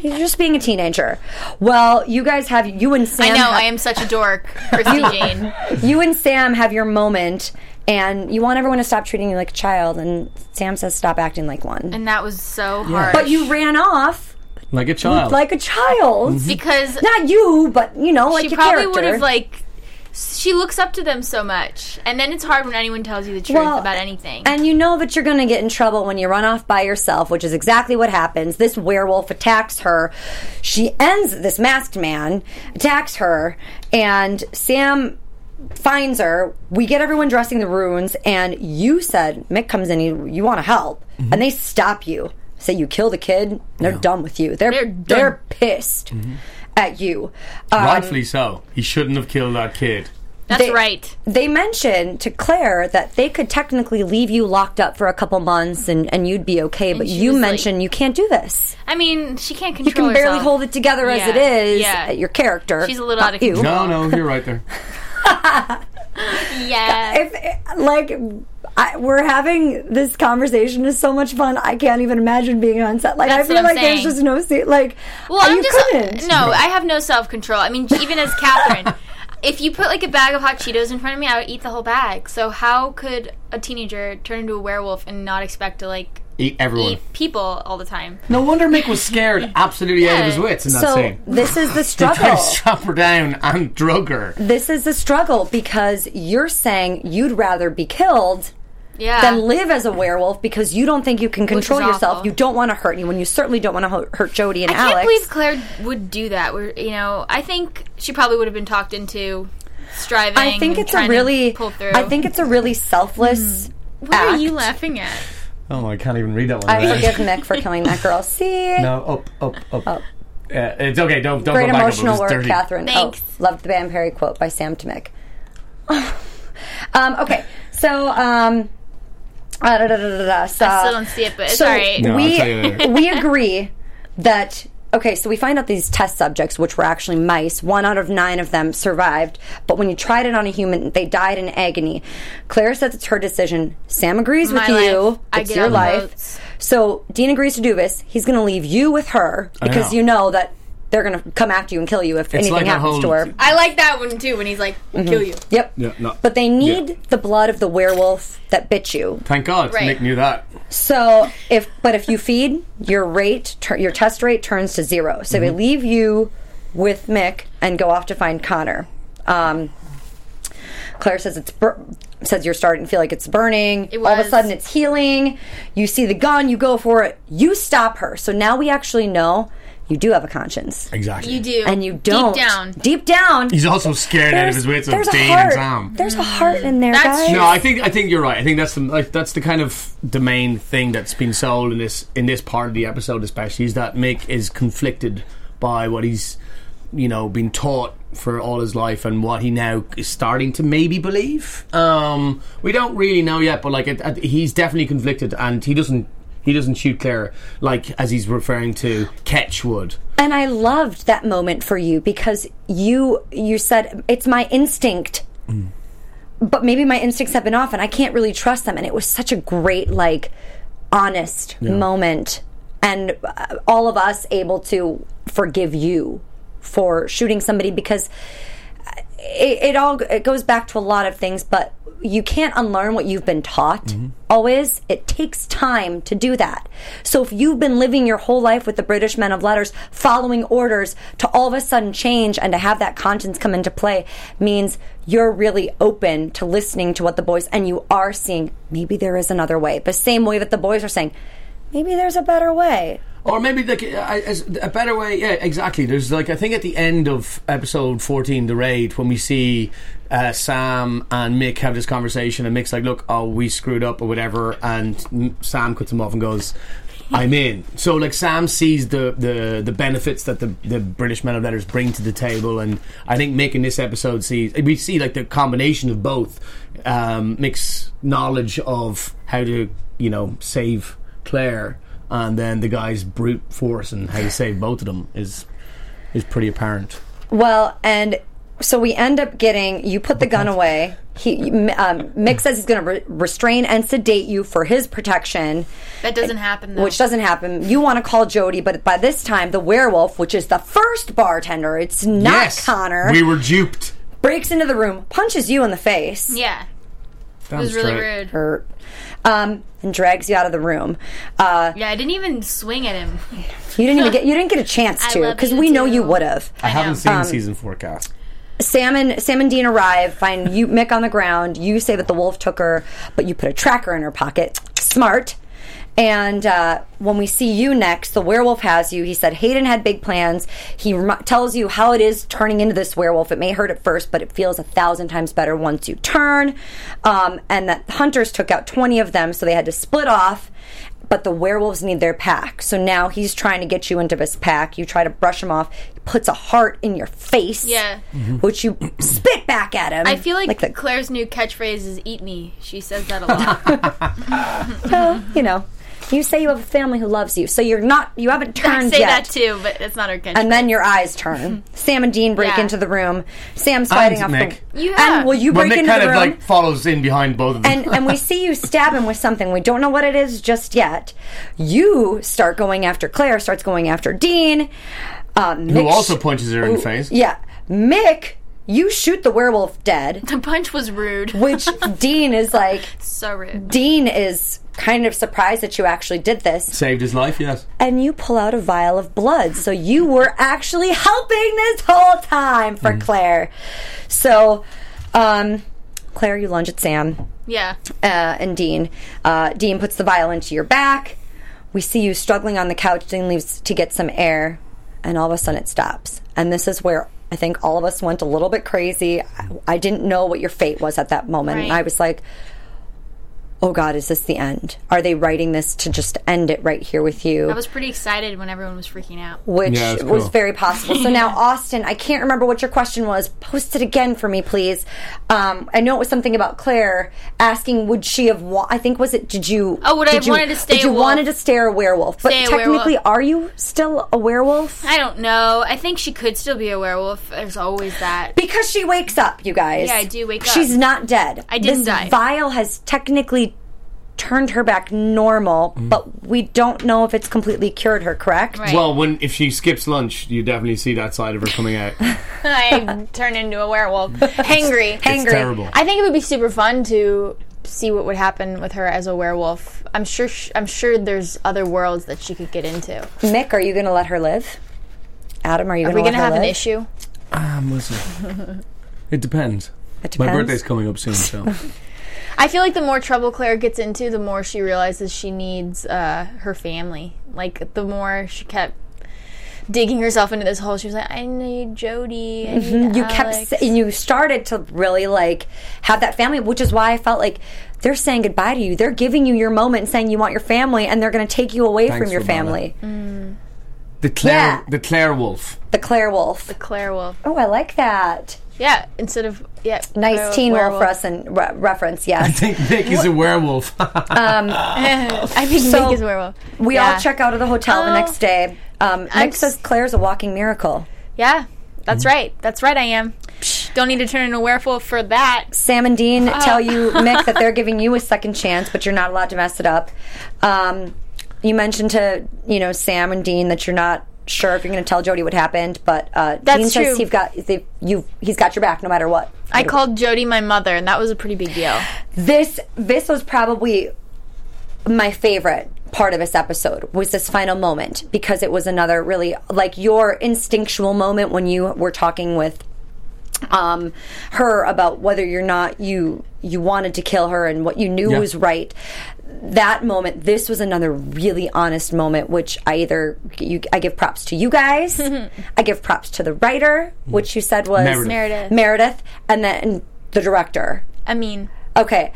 Speaker 1: You're just being a teenager. Well, you guys have you and Sam.
Speaker 4: I know,
Speaker 1: have-
Speaker 4: I am such a dork, Christy Jane.
Speaker 1: You and Sam have your moment, and you want everyone to stop treating you like a child. And Sam says, "Stop acting like one."
Speaker 4: And that was so hard.
Speaker 1: but you ran off
Speaker 3: like a child.
Speaker 1: like a child.
Speaker 3: Mm-hmm.
Speaker 4: because
Speaker 1: Not you, but you know, like
Speaker 4: she
Speaker 1: your
Speaker 4: probably
Speaker 1: character.
Speaker 4: would have like she looks up to them so much and then it's hard when anyone tells you the truth
Speaker 1: Well,
Speaker 4: about anything
Speaker 1: And you know that you're going to get in trouble when you run off by yourself, which is exactly what happens. This werewolf attacks her. She ends this masked man, attacks her, and Sam finds her. We get everyone dressing the runes, and you said, Mick comes in, you, you want to help. And they stop you. Say you kill the kid, they're done with you. They're,
Speaker 4: They're
Speaker 1: they're,
Speaker 4: done.
Speaker 1: pissed at you. Um,
Speaker 3: Rightfully so. He shouldn't have killed that kid.
Speaker 4: that's
Speaker 1: they-
Speaker 4: right
Speaker 1: they mentioned to Claire that they could technically leave you locked up for a couple months and, and you'd be okay, but
Speaker 4: she
Speaker 1: you
Speaker 4: was
Speaker 1: mentioned you can't do this.
Speaker 4: i mean she can't
Speaker 1: You
Speaker 4: control
Speaker 1: can barely
Speaker 4: herself.
Speaker 1: hold it together as
Speaker 4: Yeah,
Speaker 1: it is.
Speaker 4: yeah.
Speaker 1: Your character.
Speaker 4: She's a little
Speaker 1: not
Speaker 4: out of control.
Speaker 1: you.
Speaker 3: No, no, you're right there.
Speaker 4: yeah
Speaker 1: If, like, I, we're having this conversation is so much fun. I can't even imagine being on set. Like,
Speaker 4: That's
Speaker 1: I feel
Speaker 4: what I'm
Speaker 1: like there's
Speaker 4: saying.
Speaker 1: just no se- like.
Speaker 4: well i'm
Speaker 1: you
Speaker 4: just uh,
Speaker 1: couldn't.
Speaker 4: no i have no self-control i mean even as catherine if you put like a bag of hot cheetos in front of me i would eat the whole bag so how could a teenager turn into a werewolf and not expect to like
Speaker 3: Eat everyone.
Speaker 4: eat people all the time
Speaker 3: No wonder Mick was scared absolutely out of his
Speaker 4: Yeah.
Speaker 3: wits in that
Speaker 1: So
Speaker 3: scene.
Speaker 1: this is the
Speaker 3: He tried
Speaker 1: struggle.
Speaker 3: to strap her down and drug her.
Speaker 1: this is the struggle because you're saying you'd rather be killed
Speaker 4: yeah
Speaker 1: than live as a werewolf because you don't think you can control
Speaker 4: is
Speaker 1: yourself.
Speaker 4: awful.
Speaker 1: You don't want to hurt anyone. You certainly don't want to hurt Jody and
Speaker 4: I
Speaker 1: Alex.
Speaker 4: can't believe Claire would do that. Where you know, I think she probably would have been talked into striving.
Speaker 1: I think
Speaker 4: and
Speaker 1: it's a
Speaker 4: trying to
Speaker 1: really,
Speaker 4: pull through.
Speaker 1: I think it's a really selfless
Speaker 4: What are
Speaker 1: act.
Speaker 4: you laughing at?
Speaker 3: Oh, I can't even read that one.
Speaker 1: I
Speaker 3: Right.
Speaker 1: forgive Mick for killing that girl. See,
Speaker 3: No, up, up, up. Yeah, it's okay. Don't don't
Speaker 1: great
Speaker 3: go back
Speaker 1: emotional
Speaker 3: up. It was
Speaker 1: work,
Speaker 3: dirty.
Speaker 1: Catherine.
Speaker 4: Thanks.
Speaker 1: Oh, loved the Van Perry quote by Sam to Mick. um, okay, so um, uh, da, da, da, da, da, so,
Speaker 4: I still don't see it, but it's
Speaker 1: so
Speaker 4: all right.
Speaker 3: No, I'll
Speaker 1: we
Speaker 3: tell you later.
Speaker 1: we agree that okay, so we find out these test subjects, which were actually mice, one out of nine of them survived, but when you tried it on a human, they died in agony. Claire says it's her decision. Sam agrees
Speaker 4: My
Speaker 1: with you.
Speaker 4: life. I
Speaker 1: It's
Speaker 4: get
Speaker 1: your
Speaker 4: all the
Speaker 1: life.
Speaker 4: votes.
Speaker 1: So Dean agrees to do this. He's going to leave you with her because
Speaker 3: know.
Speaker 1: you know that they're going to come after you and kill you if anything
Speaker 3: like our
Speaker 1: happens to
Speaker 3: whole-
Speaker 1: her.
Speaker 4: I like that one too when he's like, "Kill you."
Speaker 1: Yep.
Speaker 3: Yeah, no.
Speaker 1: But they need the blood of the werewolf that bit you.
Speaker 3: Thank God,
Speaker 4: Right.
Speaker 3: Nick knew that.
Speaker 1: So if but if you feed, your rate tur- your test rate turns to zero. So
Speaker 3: Mm-hmm.
Speaker 1: they leave you with Mick and go off to find Connor. Um, Claire says it's bur- says you're starting to feel like it's burning.
Speaker 4: It
Speaker 1: All of a
Speaker 4: was.
Speaker 1: sudden it's healing. You see the gun, you go for it. You stop her. So now we actually know you do have a conscience.
Speaker 3: Exactly.
Speaker 4: You do,
Speaker 1: And you don't
Speaker 4: deep down.
Speaker 1: Deep down.
Speaker 3: He's also scared out of his wits of
Speaker 1: there's a
Speaker 3: Dean and
Speaker 1: heart.
Speaker 3: Sam.
Speaker 1: There's a heart in there,
Speaker 4: That's
Speaker 1: guys.
Speaker 4: true.
Speaker 3: No, I think I think you're right. I think that's the like, that's the kind of the main thing that's been sold in this in this part of the episode, especially is that Mick is conflicted by what he's you know been taught for all his life and what he now is starting to maybe believe. Um, we don't really know yet, but like it, it, he's definitely conflicted, and he doesn't he doesn't shoot Claire like as he's referring to Ketch would.
Speaker 1: And I loved that moment for you because you you said it's my instinct. But maybe my instincts have been off and I can't really trust them and it was such a great like honest moment and uh, all of us able to forgive you for shooting somebody because it, it all it goes back to a lot of things, but you can't unlearn what you've been taught. Always, it takes time to do that. So if you've been living your whole life with the British men of letters, following orders, to all of a sudden change and to have that conscience come into play means you're really open to listening to what the boys and you are seeing. Maybe there is another way. The same way that the boys are saying, maybe there's a better way.
Speaker 3: Or maybe like a, a- a better way, yeah, exactly. There's like I think at the end of episode fourteen, the raid, when we see uh, Sam and Mick have this conversation, and Mick's like, "Look, oh, we screwed up or whatever," and M- Sam cuts him off and goes, "I'm in." So like Sam sees the the, the benefits that the, the British men of letters bring to the table, and I think Mick in this episode sees we see like the combination of both um, Mick's knowledge of how to you know save Claire and then the guy's brute force and how to save both of them is is pretty apparent.
Speaker 1: Well, and so we end up getting you put the gun away. He um, Mick says he's going to re- restrain and sedate you for his protection,
Speaker 4: That doesn't happen though.
Speaker 1: which doesn't happen. You want to call Jody, but by this time the werewolf, which is the first bartender, it's not Connor,
Speaker 3: we were duped.
Speaker 1: breaks into the room, punches you in the face,
Speaker 4: yeah,
Speaker 3: That
Speaker 4: it was really rude.
Speaker 1: hurt, um, and drags you out of the room. Uh,
Speaker 4: Yeah, I didn't even swing at him.
Speaker 1: you didn't even get you didn't get a chance
Speaker 4: I
Speaker 1: to
Speaker 4: love
Speaker 1: because
Speaker 4: you
Speaker 1: we know you
Speaker 4: too.
Speaker 1: would have.
Speaker 3: I haven't
Speaker 4: know.
Speaker 3: seen
Speaker 1: Um,
Speaker 3: season four cast.
Speaker 1: Sam and Sam and Dean arrive, find you Mick on the ground. You say that the wolf took her, but you put a tracker in her pocket. Smart. And uh, when we see you next, the werewolf has you. He said Hayden had big plans. He rem- tells you how it is turning into this werewolf. It may hurt at first, but it feels a thousand times better once you turn. Um, and that hunters took out 20 of them, so they had to split off but the werewolves need their pack. So now he's trying to get you into this pack. You try to brush him off. He puts a heart in your face.
Speaker 4: Yeah.
Speaker 1: Mm-hmm. Which you spit back at him.
Speaker 4: I feel like,
Speaker 1: like the,
Speaker 4: Claire's new catchphrase is "Eat me." She says that a lot.
Speaker 1: you know, you say you have a family who loves you. So you're not, you haven't
Speaker 4: I
Speaker 1: turned
Speaker 4: say
Speaker 1: yet.
Speaker 4: that too, but it's not her catchphrase.
Speaker 1: And then your eyes turn. Sam and Dean break
Speaker 4: Yeah.
Speaker 1: into the room. Sam's fighting off
Speaker 3: Mick.
Speaker 1: the
Speaker 4: Yeah.
Speaker 1: And well, you
Speaker 3: But
Speaker 1: break
Speaker 3: Nick
Speaker 1: into
Speaker 3: kind
Speaker 1: the
Speaker 3: of
Speaker 1: room.
Speaker 3: like follows in behind both of them.
Speaker 1: and and we see you stab him with something. We don't know what it is just yet. You start going after Claire. Starts going after Dean. Um,
Speaker 3: who also punches her in the face.
Speaker 1: Yeah. Mick, you shoot the werewolf dead,
Speaker 4: the punch was rude.
Speaker 1: which Dean is like,
Speaker 4: so rude.
Speaker 1: Dean is kind of surprised that you actually did this.
Speaker 3: Saved his life, yes.
Speaker 1: And you pull out a vial of blood. So you were actually helping this whole time for Claire. So, um, Claire, you lunge at Sam
Speaker 4: Yeah,
Speaker 1: uh, and Dean. Uh, Dean puts the vial into your back. We see you struggling on the couch. Dean leaves to get some air, and all of a sudden it stops. And this is where I think all of us went a little bit crazy. I, I didn't know what your fate was at that moment. And
Speaker 4: Right.
Speaker 1: I was like, oh God, is this the end? Are they writing this to just end it right here with you?
Speaker 4: I was pretty excited when everyone was freaking out.
Speaker 1: which
Speaker 3: Yeah, that's
Speaker 1: was
Speaker 3: cool.
Speaker 1: very possible. So now, Austin, I can't remember what your question was. Post it again for me, please. Um, I know it was something about Claire asking, would she have? Wa- I think was it? Did you?
Speaker 4: Oh, would I
Speaker 1: did
Speaker 4: have wanted to stay
Speaker 1: Did you
Speaker 4: a wolf?
Speaker 1: wanted to stay a werewolf? But
Speaker 4: Stay a werewolf.
Speaker 1: technically, are you still a werewolf?
Speaker 4: I don't know. I think she could still be a werewolf. There's always that.
Speaker 1: Because she wakes up, you guys.
Speaker 4: Yeah, I do wake up.
Speaker 1: She's not dead. I
Speaker 4: didn't
Speaker 1: this
Speaker 4: die.
Speaker 1: Vial has technically turned her back normal,
Speaker 3: Mm.
Speaker 1: but we don't know if it's completely cured her. Correct?
Speaker 4: Right.
Speaker 3: Well, when if she skips lunch, you definitely see that side of her coming out.
Speaker 5: I turn into a werewolf. Hangry.
Speaker 1: Angry.
Speaker 3: It's terrible.
Speaker 5: I think it would be super fun to see what would happen with her as a werewolf. I'm sure. Sh- I'm sure there's other worlds that she could get into.
Speaker 1: Mick, are you going to let her live? Adam, are you
Speaker 5: Are
Speaker 1: going
Speaker 5: we
Speaker 1: to let
Speaker 5: gonna
Speaker 1: her
Speaker 5: have an
Speaker 1: live?
Speaker 5: issue?
Speaker 3: Um, listen, it depends.
Speaker 1: It
Speaker 3: My
Speaker 1: depends.
Speaker 3: birthday's coming up soon, so
Speaker 5: I feel like the more trouble Claire gets into, the more she realizes she needs uh, her family. Like the more she kept digging herself into this hole, she was like, "I need Jody." I need
Speaker 1: Mm-hmm. you kept
Speaker 5: Alex."
Speaker 1: sa- and you started to really like have that family which is why i felt like they're saying goodbye to you they're giving you your moment and saying you want your family and they're going to take you away
Speaker 3: Thanks,
Speaker 1: from your
Speaker 3: Ramona.
Speaker 1: family
Speaker 3: the Claire,
Speaker 1: Yeah.
Speaker 3: the Claire Wolf.
Speaker 1: the claire wolf
Speaker 5: Claire Wolf.
Speaker 1: oh i like that
Speaker 5: Yeah. Instead of yeah.
Speaker 1: nice
Speaker 5: werewolf,
Speaker 1: teen wolf
Speaker 5: werewolf.
Speaker 1: reference, re- reference yes
Speaker 3: Think Nick is a werewolf.
Speaker 5: I think
Speaker 1: So,
Speaker 5: Nick is a werewolf.
Speaker 1: we all
Speaker 5: Yeah.
Speaker 1: check out of the hotel the
Speaker 5: Oh.
Speaker 1: next day um,
Speaker 5: I'm
Speaker 1: nick
Speaker 5: s-
Speaker 1: says claire's a walking miracle
Speaker 5: Yeah.
Speaker 4: That's
Speaker 1: Mm-hmm.
Speaker 4: right. That's right. I am. Don't need to turn into a werewolf for that.
Speaker 1: Sam and Dean tell you, Mick, that they're giving you a second chance, but you're not allowed to mess it up. Um, you mentioned to you know Sam and Dean that you're not sure if you're going to tell Jody what happened, but uh, Dean
Speaker 5: true.
Speaker 1: says he's got they, you he's got your back no matter what.
Speaker 5: I called Jody my mother, and that was a pretty big deal.
Speaker 1: This this was probably my favorite part of this episode was this final moment because it was another really like your instinctual moment when you were talking with um, her about whether you're not you you wanted to kill her and what you knew
Speaker 3: Yeah.
Speaker 1: was right. That moment, this was another really honest moment, which I either you, I give props to you guys, I give props to the writer, which you said was
Speaker 3: Meredith.
Speaker 5: Meredith.
Speaker 1: Meredith, and then the director.
Speaker 5: I mean,
Speaker 1: Okay,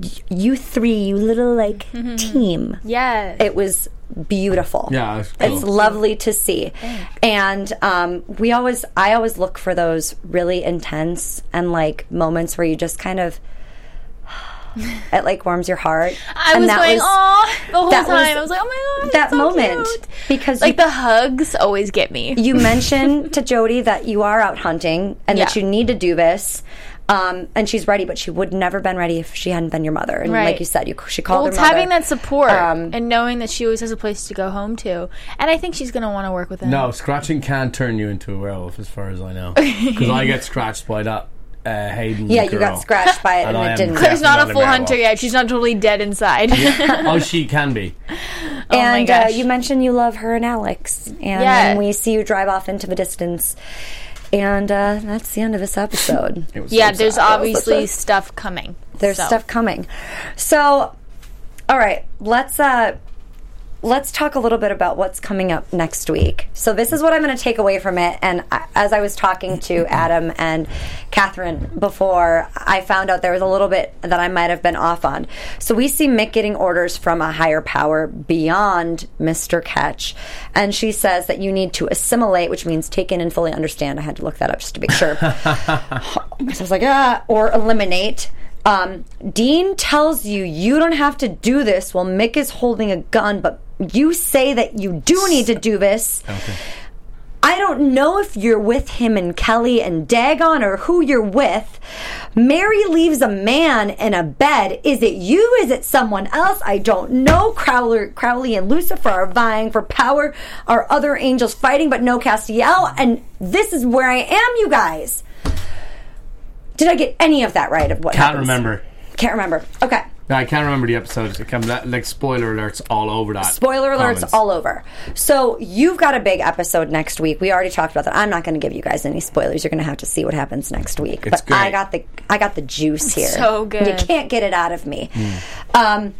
Speaker 1: Y- you three, you little like team.
Speaker 5: Mm-hmm, yeah.
Speaker 1: It was beautiful.
Speaker 3: Yeah, it's cool.
Speaker 1: It's lovely to see. And um, we always, I always look for those really intense and like moments where you just kind of, it like warms your heart.
Speaker 5: I
Speaker 1: and
Speaker 5: was going, oh, the whole
Speaker 1: that
Speaker 5: time.
Speaker 1: was-
Speaker 5: I was like, oh my god,
Speaker 1: that
Speaker 5: so
Speaker 1: moment
Speaker 5: cute."
Speaker 1: because
Speaker 5: Like
Speaker 1: you,
Speaker 5: the hugs always get me.
Speaker 1: you mentioned to Jody that you are out hunting and that
Speaker 5: Yeah.
Speaker 1: you need to do this. Um, and she's ready, but she would never been ready if she hadn't been your mother. And like
Speaker 5: Right.
Speaker 1: you said, you she called
Speaker 5: well,
Speaker 1: her
Speaker 5: it's
Speaker 1: mother.
Speaker 5: having that support
Speaker 1: Um,
Speaker 5: and knowing that she always has a place to go home to, and I think she's gonna want to work with him.
Speaker 3: No, scratching can turn you into a werewolf, as far as I know. Because I get scratched by that uh, Hayden.
Speaker 1: yeah,
Speaker 3: girl.
Speaker 1: you got scratched by it and,
Speaker 3: And I
Speaker 1: it
Speaker 3: am
Speaker 1: didn't.
Speaker 5: Claire's not,
Speaker 3: Definitely
Speaker 5: a full
Speaker 3: not a
Speaker 5: hunter
Speaker 3: werewolf.
Speaker 5: yet. She's not totally dead inside.
Speaker 3: oh, she can be.
Speaker 5: Oh my
Speaker 1: and uh,
Speaker 5: gosh.
Speaker 1: you mentioned you love her and Alex, and
Speaker 5: Yeah.
Speaker 1: then we see you drive off into the distance, and uh, that's the end of this episode.
Speaker 3: It was
Speaker 5: yeah,
Speaker 3: so
Speaker 5: there's
Speaker 3: sad.
Speaker 5: obviously stuff coming.
Speaker 1: There's
Speaker 5: so.
Speaker 1: stuff coming, so all right, let's uh, let's talk a little bit about what's coming up next week. So this is what I'm going to take away from it. And I, as I was talking to Adam and Catherine before, I found out there was a little bit that I might have been off on. So we see Mick getting orders from a higher power beyond Mr. Ketch, and she says that you need to assimilate, which means take in and fully understand. I had to look that up just to make sure. so I was like, ah, or eliminate. Um, Dean tells you you don't have to do this while Mick is holding a gun, but you say that you do need to do this. I don't know if you're with him and Kelly and Dagon or who you're with. Mary leaves a man in a bed. Is it you? Is it someone else? I don't know. Crowley, Crowley and Lucifer are vying for power. Are other angels fighting? But no Castiel. And this is where I am, you guys. Did I get any of that right? Of what?
Speaker 3: Can't
Speaker 1: happens?
Speaker 3: remember.
Speaker 1: Can't remember. Okay.
Speaker 3: No, I can't remember the episodes. It can, like spoiler alerts all over that.
Speaker 1: Spoiler alerts
Speaker 3: comments.
Speaker 1: all over. So you've got a big episode next week. We already talked about that. I'm not going to give you guys any spoilers. You're going to have to see what happens next week.
Speaker 3: It's
Speaker 1: but
Speaker 3: great.
Speaker 1: I got the I got the juice here.
Speaker 5: so good.
Speaker 1: You can't get it out of me.
Speaker 3: Hmm.
Speaker 1: Um,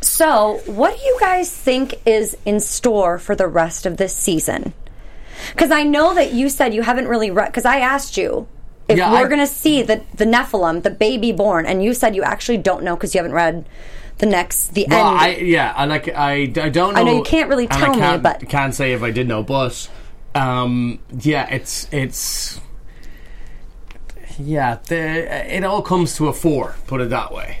Speaker 1: so what do you guys think is in store for the rest of this season? Because I know that you said you haven't really read. Because I asked you If
Speaker 3: Yeah,
Speaker 1: we're
Speaker 3: I-
Speaker 1: going to see the, the Nephilim, the baby born, and you said you actually don't know because you haven't read the next, the
Speaker 3: Well,
Speaker 1: end.
Speaker 3: I yeah, I like I, I don't know.
Speaker 1: know you can't really
Speaker 3: and I
Speaker 1: tell me,
Speaker 3: can't-
Speaker 1: but-
Speaker 3: can't say if I did know. But um, yeah, it's it's yeah. The, uh, it all comes to a four. Put it that way.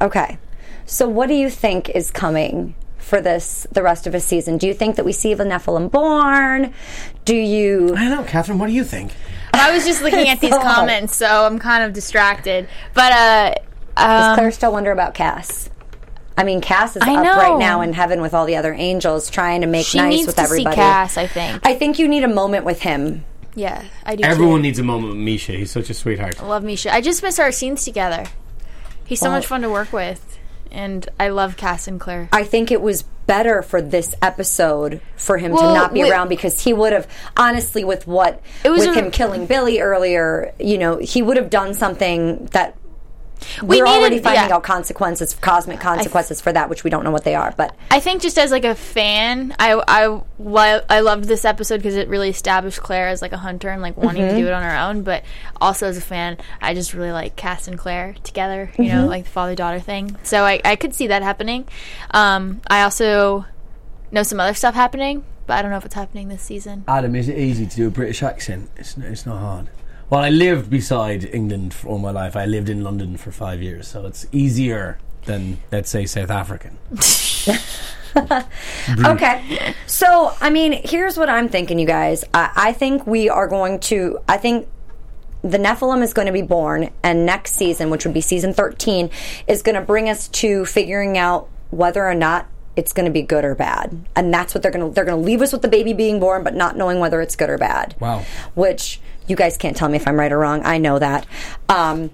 Speaker 1: okay. So, what do you think is coming for this, the rest of his season? Do you think that we see the Nephilim born? Do you.
Speaker 3: I don't know, Catherine. What do you think?
Speaker 4: I was just looking at these
Speaker 1: So hard.
Speaker 4: comments, so I'm kind of distracted. But uh,
Speaker 1: Does Claire still wonder about Cass? I mean, Cass is
Speaker 4: I
Speaker 1: up right
Speaker 4: know.
Speaker 1: now in heaven with all the other angels, trying to make
Speaker 4: she
Speaker 1: nice
Speaker 4: needs
Speaker 1: with
Speaker 4: to
Speaker 1: everybody.
Speaker 4: see Cass. I think.
Speaker 1: I think you need a moment with him.
Speaker 4: yeah, I do.
Speaker 3: Everyone
Speaker 4: too.
Speaker 3: needs a moment with Misha. He's such a sweetheart.
Speaker 4: I love Misha. I just miss our scenes together. He's so
Speaker 1: Well-
Speaker 4: much fun to work with, and I love Cass and Claire.
Speaker 1: I think it was better for this episode for him to
Speaker 4: Well,
Speaker 1: not be
Speaker 4: wi-
Speaker 1: around because he would have honestly with what
Speaker 4: It was
Speaker 1: with
Speaker 4: a-
Speaker 1: him killing Billy earlier, you know, he would have done something that we are
Speaker 4: needed-
Speaker 1: already finding
Speaker 4: yeah.
Speaker 1: out consequences, cosmic consequences for that, which we don't know what they are. But
Speaker 4: I think just as like a fan, I I lo- I loved this episode because it really established Claire as like a hunter and like wanting to do it on her own. But also as a fan, I just really like Cass and Claire together. You know, like the father daughter thing. So I I could see that happening. Um, I also know some other stuff happening, but I don't know if it's happening this season.
Speaker 3: Adam, is it easy to do a British accent? It's, it's not hard. Well, I lived beside England for all my life. I lived in London for five years, so it's easier than, let's say, South African.
Speaker 1: Okay. So, I mean, here's what I'm thinking, you guys. I, I think we are going to, I think the Nephilim is going to be born, and next season, which would be season 13, is going to bring us to figuring out whether or not it's going to be good or bad. And that's what they're going to, they're going to leave us with the baby being born, but not knowing whether it's good or bad.
Speaker 3: Wow.
Speaker 1: Which you guys can't tell me if I'm right or wrong. I know that. Um,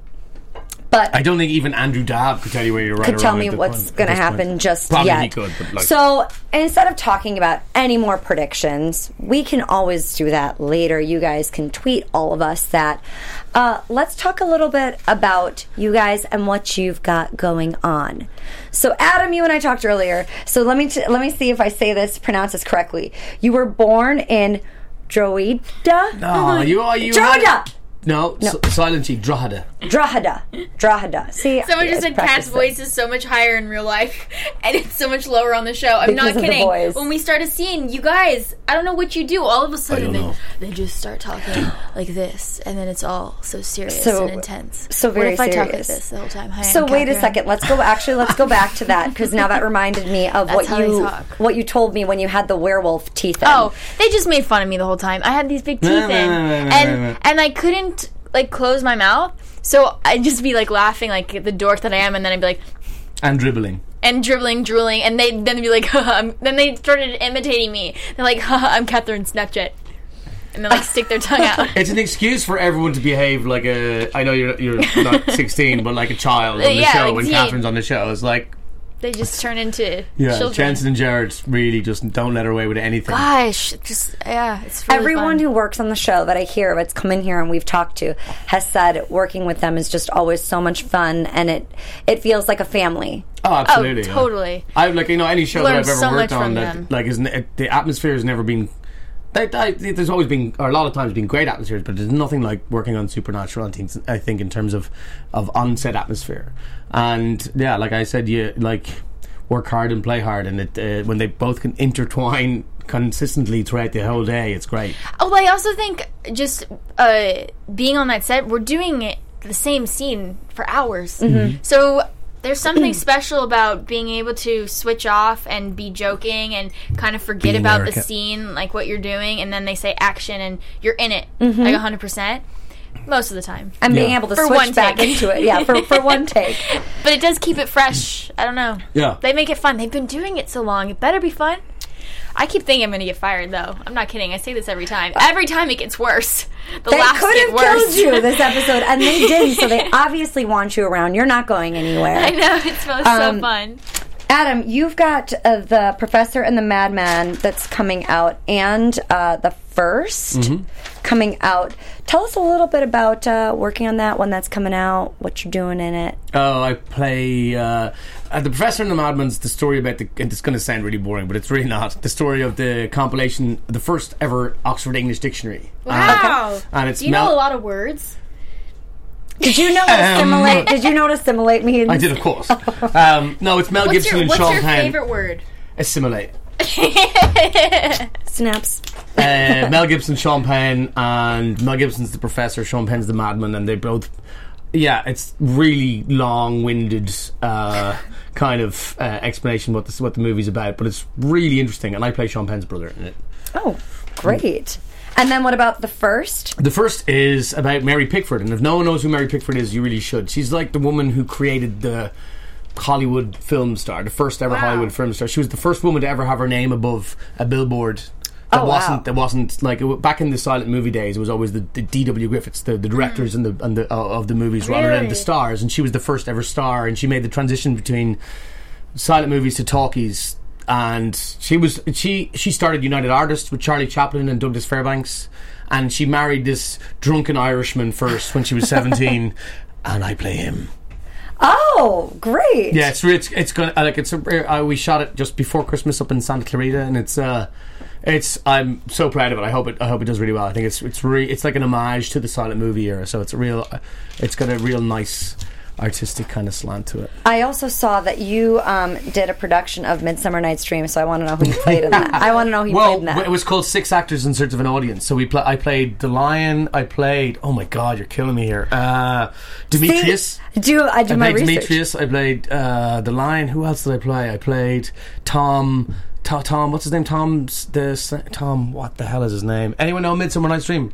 Speaker 1: but
Speaker 3: I don't think even Andrew Dabb could tell you where you're right.
Speaker 1: could
Speaker 3: or
Speaker 1: tell
Speaker 3: wrong
Speaker 1: me
Speaker 3: at the
Speaker 1: what's going
Speaker 3: point- at
Speaker 1: to
Speaker 3: this point.
Speaker 1: happen just
Speaker 3: Probably
Speaker 1: yet.
Speaker 3: he could, but like,
Speaker 1: so instead of talking about any more predictions, we can always do that later. You guys can tweet all of us that. Uh, let's talk a little bit about you guys and what you've got going on. So Adam, you and I talked earlier. So let me t- let me see if I say this pronounce this correctly. You were born in Droida,
Speaker 3: Ah, you are you.
Speaker 1: Droida,
Speaker 3: No, S- silent cheek, Drogheda.
Speaker 1: Drahada, Drahada. See,
Speaker 6: Someone just
Speaker 1: it's
Speaker 6: said Cat's
Speaker 1: practice.
Speaker 6: voice is so much higher in real life, and it's so much lower on the show. I'm
Speaker 1: Because of
Speaker 6: not
Speaker 1: the
Speaker 6: kidding.
Speaker 1: voice.
Speaker 6: When we start a scene, you guys, I don't know what you do. All of a sudden,
Speaker 3: don't
Speaker 6: they,
Speaker 3: know.
Speaker 6: they just start talking like this, and then it's all so serious
Speaker 1: So-
Speaker 6: and intense.
Speaker 1: so
Speaker 6: what
Speaker 1: very
Speaker 6: if I talk like
Speaker 1: serious.
Speaker 6: this the whole time? Hi,
Speaker 1: So
Speaker 6: I'm
Speaker 1: wait a
Speaker 6: Catherine.
Speaker 1: second. Let's go. Actually, let's go back to that because now that reminded me of what
Speaker 6: how they
Speaker 1: you
Speaker 6: talk.
Speaker 1: what you told me when you had the werewolf teeth. In.
Speaker 4: Oh, they just made fun of me the whole time. I had these big teeth in,
Speaker 3: no, no, no, no,
Speaker 4: and
Speaker 3: no, no.
Speaker 4: and I couldn't like close my mouth, so I'd just be like laughing like the dork that I am, and then I'd be like
Speaker 3: and dribbling.
Speaker 4: and dribbling, drooling, and they then they'd be like, Haha, I'm, then they started imitating me. They're like, Haha, I'm Catherine Snapchat, and then like stick their tongue out.
Speaker 3: It's an excuse for everyone to behave like a. I know you're you're not 16, but like a child on the
Speaker 4: Yeah,
Speaker 3: show
Speaker 4: like
Speaker 3: when
Speaker 4: teen.
Speaker 3: Catherine's on the show. It's like
Speaker 4: They just turn into
Speaker 3: yeah,
Speaker 4: children.
Speaker 3: Jensen and Jared really just don't let her away with anything.
Speaker 4: Gosh, just yeah, it's really
Speaker 1: Everyone
Speaker 4: fun.
Speaker 1: who works on the show that I hear that's come in here and we've talked to has said working with them is just always so much fun and it it feels like a family.
Speaker 3: Oh,
Speaker 4: oh
Speaker 3: absolutely. yeah.
Speaker 4: totally.
Speaker 3: I've like you know any show that
Speaker 4: Learned
Speaker 3: I've ever
Speaker 4: so much
Speaker 3: worked
Speaker 4: from
Speaker 3: on that
Speaker 4: them.
Speaker 3: like is n- the atmosphere has never been. They, they, there's always been or a lot of times been great atmospheres, but there's nothing like working on supernatural. I think I think in terms of of onset atmosphere, and yeah, like I said, you like work hard and play hard, and it uh, when they both can intertwine consistently throughout the whole day, it's great.
Speaker 4: Oh, but I also think just uh, being on that set, we're doing it the same scene for hours. So there's something special about being able to switch off and be joking and kind of forget
Speaker 3: Being
Speaker 4: about
Speaker 3: Erica.
Speaker 4: the scene, like what you're doing, and then they say action and you're in it, like 100 percent most of the time.
Speaker 1: And being
Speaker 3: Yeah.
Speaker 1: able to
Speaker 4: For
Speaker 1: switch
Speaker 4: one
Speaker 1: back
Speaker 4: take.
Speaker 1: into it, yeah, for, for one take.
Speaker 4: But it does keep it fresh. I don't know.
Speaker 3: Yeah.
Speaker 4: They make it fun. They've been doing it so long. It better be fun. I keep thinking I'm going to get fired, though. I'm not kidding. I say this every time. Every time it gets worse. The
Speaker 1: They
Speaker 4: laughs
Speaker 1: could
Speaker 4: get
Speaker 1: have
Speaker 4: worse.
Speaker 1: killed you this episode, and they didn't. So they obviously want you around. You're not going anywhere.
Speaker 4: I know. It's so,
Speaker 1: Um,
Speaker 4: so fun.
Speaker 1: Adam, you've got uh, the Professor and the Madman that's coming out, and uh, the 1st
Speaker 3: Mm-hmm.
Speaker 1: coming out. Tell us a little bit about uh, working on that one that's coming out. What you're doing in it?
Speaker 3: Oh, I play uh, uh, the Professor and the Madman's the story about the. And it's going to sound really boring, but it's really not. The story of the compilation, the first ever Oxford English Dictionary. Wow! uh, and it's
Speaker 6: Do you know
Speaker 3: Mel-
Speaker 6: a lot of words?
Speaker 1: Did you know assimilate? did you know what assimilate means?
Speaker 3: Um, I did, of course. Um, no, it's Mel
Speaker 4: What's
Speaker 3: Gibson
Speaker 4: your,
Speaker 3: and
Speaker 4: what's
Speaker 3: Sean
Speaker 4: your
Speaker 3: Penn.
Speaker 4: favorite word?
Speaker 3: Assimilate.
Speaker 1: Snaps.
Speaker 3: uh, Mel Gibson, Sean Penn, and Mel Gibson's the professor, Sean Penn's the madman, and they both. Yeah, it's really long-winded uh, kind of uh, explanation what this what the movie's about, but it's really interesting, and I play Sean Penn's brother in it.
Speaker 1: Oh, great. And then what about the first?
Speaker 3: The first is about Mary Pickford, and if no one knows who Mary Pickford is, you really should. She's like the woman who created the Hollywood film star, the first ever Hollywood film star. She was the first woman to ever have her name above a billboard. That
Speaker 1: Oh, wow.
Speaker 3: wasn't that wasn't like it wa- back in the silent movie days. It was always the, the D.W. Griffiths, the, the directors and the and the uh, of the movies, rather than the
Speaker 4: Really?
Speaker 3: stars. And she was the first ever star, and she made the transition between silent movies to talkies and she was she she started united artists with charlie chaplin and douglas fairbanks and she married this drunken irishman first when she was 17 and i play him
Speaker 1: Oh, great.
Speaker 3: yeah it's re- it's, it's gonna uh, like it's a, uh, we shot it just before christmas up in santa clarita and it's uh it's i'm so proud of it i hope it i hope it does really well i think it's it's re- it's like an homage to the silent movie era so it's a real uh, it's got a real nice artistic kind of slant to it
Speaker 1: I also saw that you um, did a production of Midsummer Night's Dream, so I want to know who you played in that. I want to know who you
Speaker 3: Well,
Speaker 1: played in that.
Speaker 3: it was called Six Actors in Search of an Audience. So we pla I played the lion. I played. Oh my god, you're killing me here. Uh, Demetrius.
Speaker 1: See, do I do
Speaker 3: I
Speaker 1: my
Speaker 3: played
Speaker 1: research?
Speaker 3: Demetrius. I played uh, the lion. Who else did I play? I played Tom. Ta- Tom. What's his name? Tom. s- The s- Tom. What the hell is his name? Anyone know Midsummer Night's Dream?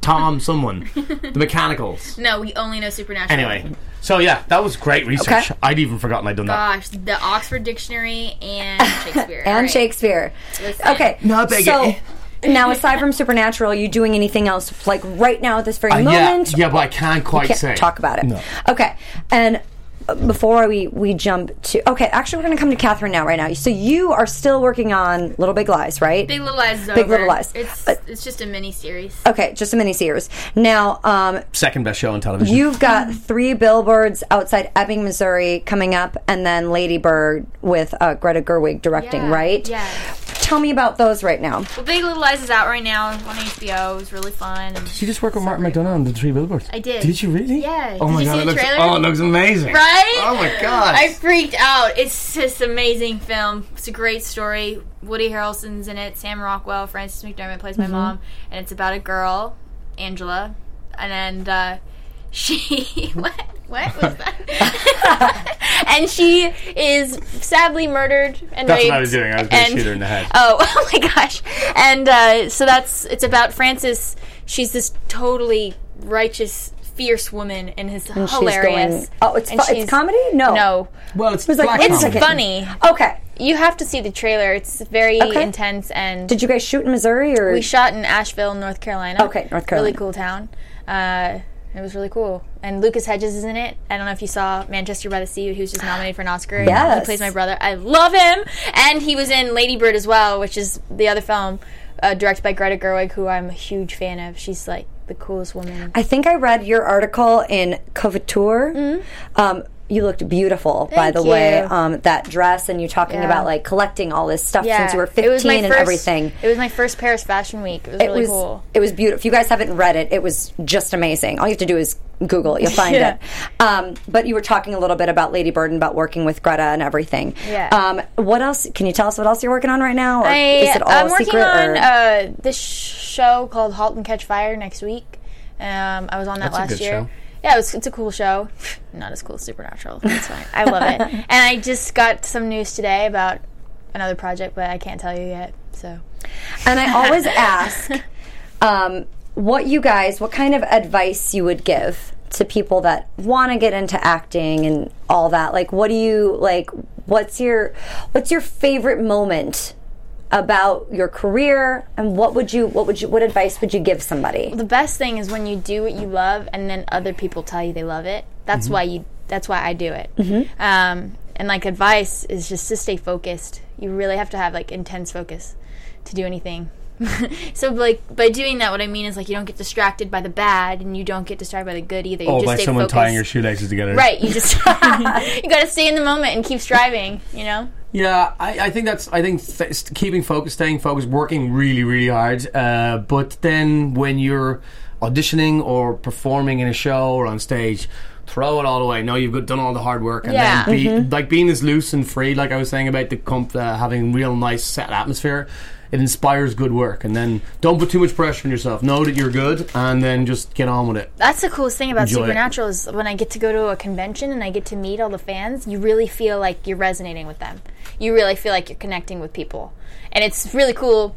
Speaker 3: Tom. Someone. The Mechanicals.
Speaker 4: No, we only know supernatural.
Speaker 3: Anyway. So yeah, that was great research.
Speaker 1: Okay.
Speaker 3: I'd even forgotten I'd done that.
Speaker 4: Gosh, the Oxford Dictionary and Shakespeare.
Speaker 1: and
Speaker 4: All right.
Speaker 1: Shakespeare.
Speaker 4: Listen.
Speaker 1: Okay,
Speaker 3: No, I beg
Speaker 1: so.
Speaker 3: it.
Speaker 1: Now, aside from Supernatural, are you doing anything else, like right now at this very
Speaker 3: Uh, yeah,
Speaker 1: moment?
Speaker 3: yeah, but I can't quite
Speaker 1: can't
Speaker 3: say.
Speaker 1: talk about it.
Speaker 3: No.
Speaker 1: Okay, and uh, before we we jump to okay, actually, we're going to come to Catherine now. Right now, so you are still working on Little Big Lies, right?
Speaker 4: Big Little Lies. Is
Speaker 1: Big
Speaker 4: over.
Speaker 1: Little Lies.
Speaker 4: It's
Speaker 1: Uh,
Speaker 4: it's just a mini series.
Speaker 1: okay, just a mini series. Now, um,
Speaker 3: Second best show on television.
Speaker 1: You've got three billboards outside Ebbing, Missouri coming up, and then Lady Bird with uh, Greta Gerwig directing,
Speaker 4: Yeah,
Speaker 1: right?
Speaker 4: yeah.
Speaker 1: Tell me about those right now.
Speaker 4: Well, Big Little Lies is out right now on HBO. It was really fun.
Speaker 3: Did you just work with Martin McDonough on the three billboards?
Speaker 4: I did.
Speaker 3: Did you really?
Speaker 4: Yeah.
Speaker 3: Oh
Speaker 4: Did
Speaker 3: my
Speaker 4: you
Speaker 3: god,
Speaker 4: see
Speaker 3: it
Speaker 4: the
Speaker 3: looks
Speaker 4: trailer?
Speaker 3: oh it looks amazing.
Speaker 4: Right?
Speaker 3: Oh my god.
Speaker 4: I freaked out. It's just an amazing film. It's a great story. Woody Harrelson's in it. Sam Rockwell, Frances McDermott plays my mom, and it's about a girl, Angela, and, and uh, she what what was that?
Speaker 5: and she is sadly murdered and
Speaker 3: That's
Speaker 5: raped.
Speaker 3: what I was doing. I was going to
Speaker 5: and-
Speaker 3: shoot her in the head.
Speaker 1: uh,
Speaker 5: Oh, oh my gosh! And uh, so that's it's about Frances. She's this totally righteous, fierce woman, and is
Speaker 1: she's
Speaker 5: hilarious.
Speaker 1: going- oh, it's
Speaker 5: And
Speaker 1: fu- it's
Speaker 5: she's-
Speaker 1: comedy? No.
Speaker 5: no.
Speaker 3: well, it's
Speaker 1: was like,
Speaker 3: black
Speaker 1: wait a
Speaker 3: comedy.
Speaker 1: second.
Speaker 5: Funny.
Speaker 1: Okay.
Speaker 5: You have to see the trailer. It's very
Speaker 1: Okay.
Speaker 5: intense and
Speaker 1: Did you guys shoot in Missouri or?
Speaker 5: we shot in Asheville, North Carolina.
Speaker 1: Okay, North Carolina.
Speaker 5: Really cool town. Uh, it was really cool. And Lucas Hedges is in it. I don't know if you saw Manchester by the Sea, who's just nominated for an Oscar.
Speaker 1: Yes.
Speaker 5: He plays my brother. I love him. And he was in Lady Bird as well, which is the other film uh, directed by Greta Gerwig, who I'm a huge fan of. She's like the coolest woman.
Speaker 1: I think I read your article in Couture. Um, you looked beautiful, by
Speaker 5: Mm-hmm. Thank
Speaker 1: the way.
Speaker 5: you.
Speaker 1: Um, that dress and you talking
Speaker 5: Yeah.
Speaker 1: about like collecting all this stuff since you were
Speaker 5: It was my
Speaker 1: fifteen and
Speaker 5: first-
Speaker 1: everything.
Speaker 5: It was my first Paris Fashion Week. It was
Speaker 1: It
Speaker 5: really
Speaker 1: was
Speaker 5: cool.
Speaker 1: it was beautiful. If you guys haven't read it, it was just amazing. All you have to do is Google it; you'll find
Speaker 5: Yeah.
Speaker 1: it. Um, but you were talking a little bit about Lady Bird and about working with Greta and everything.
Speaker 5: Yeah.
Speaker 1: Um, what else? Can you tell us what else you're working on right now? Or
Speaker 5: I,
Speaker 1: is it all
Speaker 5: I'm
Speaker 1: a
Speaker 5: working
Speaker 1: secret?
Speaker 5: on
Speaker 1: or-
Speaker 5: uh, this show called *Halt and Catch Fire* next week. Um, I was on that
Speaker 3: That's a
Speaker 5: last
Speaker 3: good
Speaker 5: year.
Speaker 3: show.
Speaker 5: Yeah, it was, it's a cool show. Not as cool as *Supernatural*. That's fine. I love it. And I just got some news today about another project, but I can't tell you yet. So
Speaker 1: and I always ask um, what you guys, what kind of advice you would give to people that want to get into acting and all that. Like, what do you like? What's your what's your favorite moment? about your career and what would you what would you what advice would you give somebody
Speaker 5: the best thing is when you do what you love, and then other people tell you they love it.
Speaker 3: Mm-hmm.
Speaker 5: That's why you. That's why I do it. Um, and like advice is just to stay focused. You really have to have like intense focus to do anything.
Speaker 4: so like by doing that, what I mean is like you don't get distracted by the bad, and you don't get distracted by the good either. You
Speaker 3: Oh,
Speaker 4: just
Speaker 3: by
Speaker 4: stay
Speaker 3: someone
Speaker 4: focused.
Speaker 3: tying your shoelaces together.
Speaker 5: Right, you just you got to stay in the moment and keep striving. You know,
Speaker 3: Yeah, I, I think that's. I think th- keeping focused, staying focused, working really, really hard. Uh, but then when you're auditioning or performing in a show or on stage, throw it all away. No, you've got- done all the hard work, and
Speaker 4: Yeah. Mm-hmm.
Speaker 3: then be, like being this loose and free, like I was saying about the comp, uh, having real nice set atmosphere. It inspires good work, and then don't put too much pressure on yourself. Know that you're good, and then just get on with it.
Speaker 4: That's the coolest thing about
Speaker 3: Enjoy it.
Speaker 4: Supernatural is when I get to go to a convention and I get to meet all the fans, you really feel like you're resonating with them. You really feel like you're connecting with people. And it's really cool.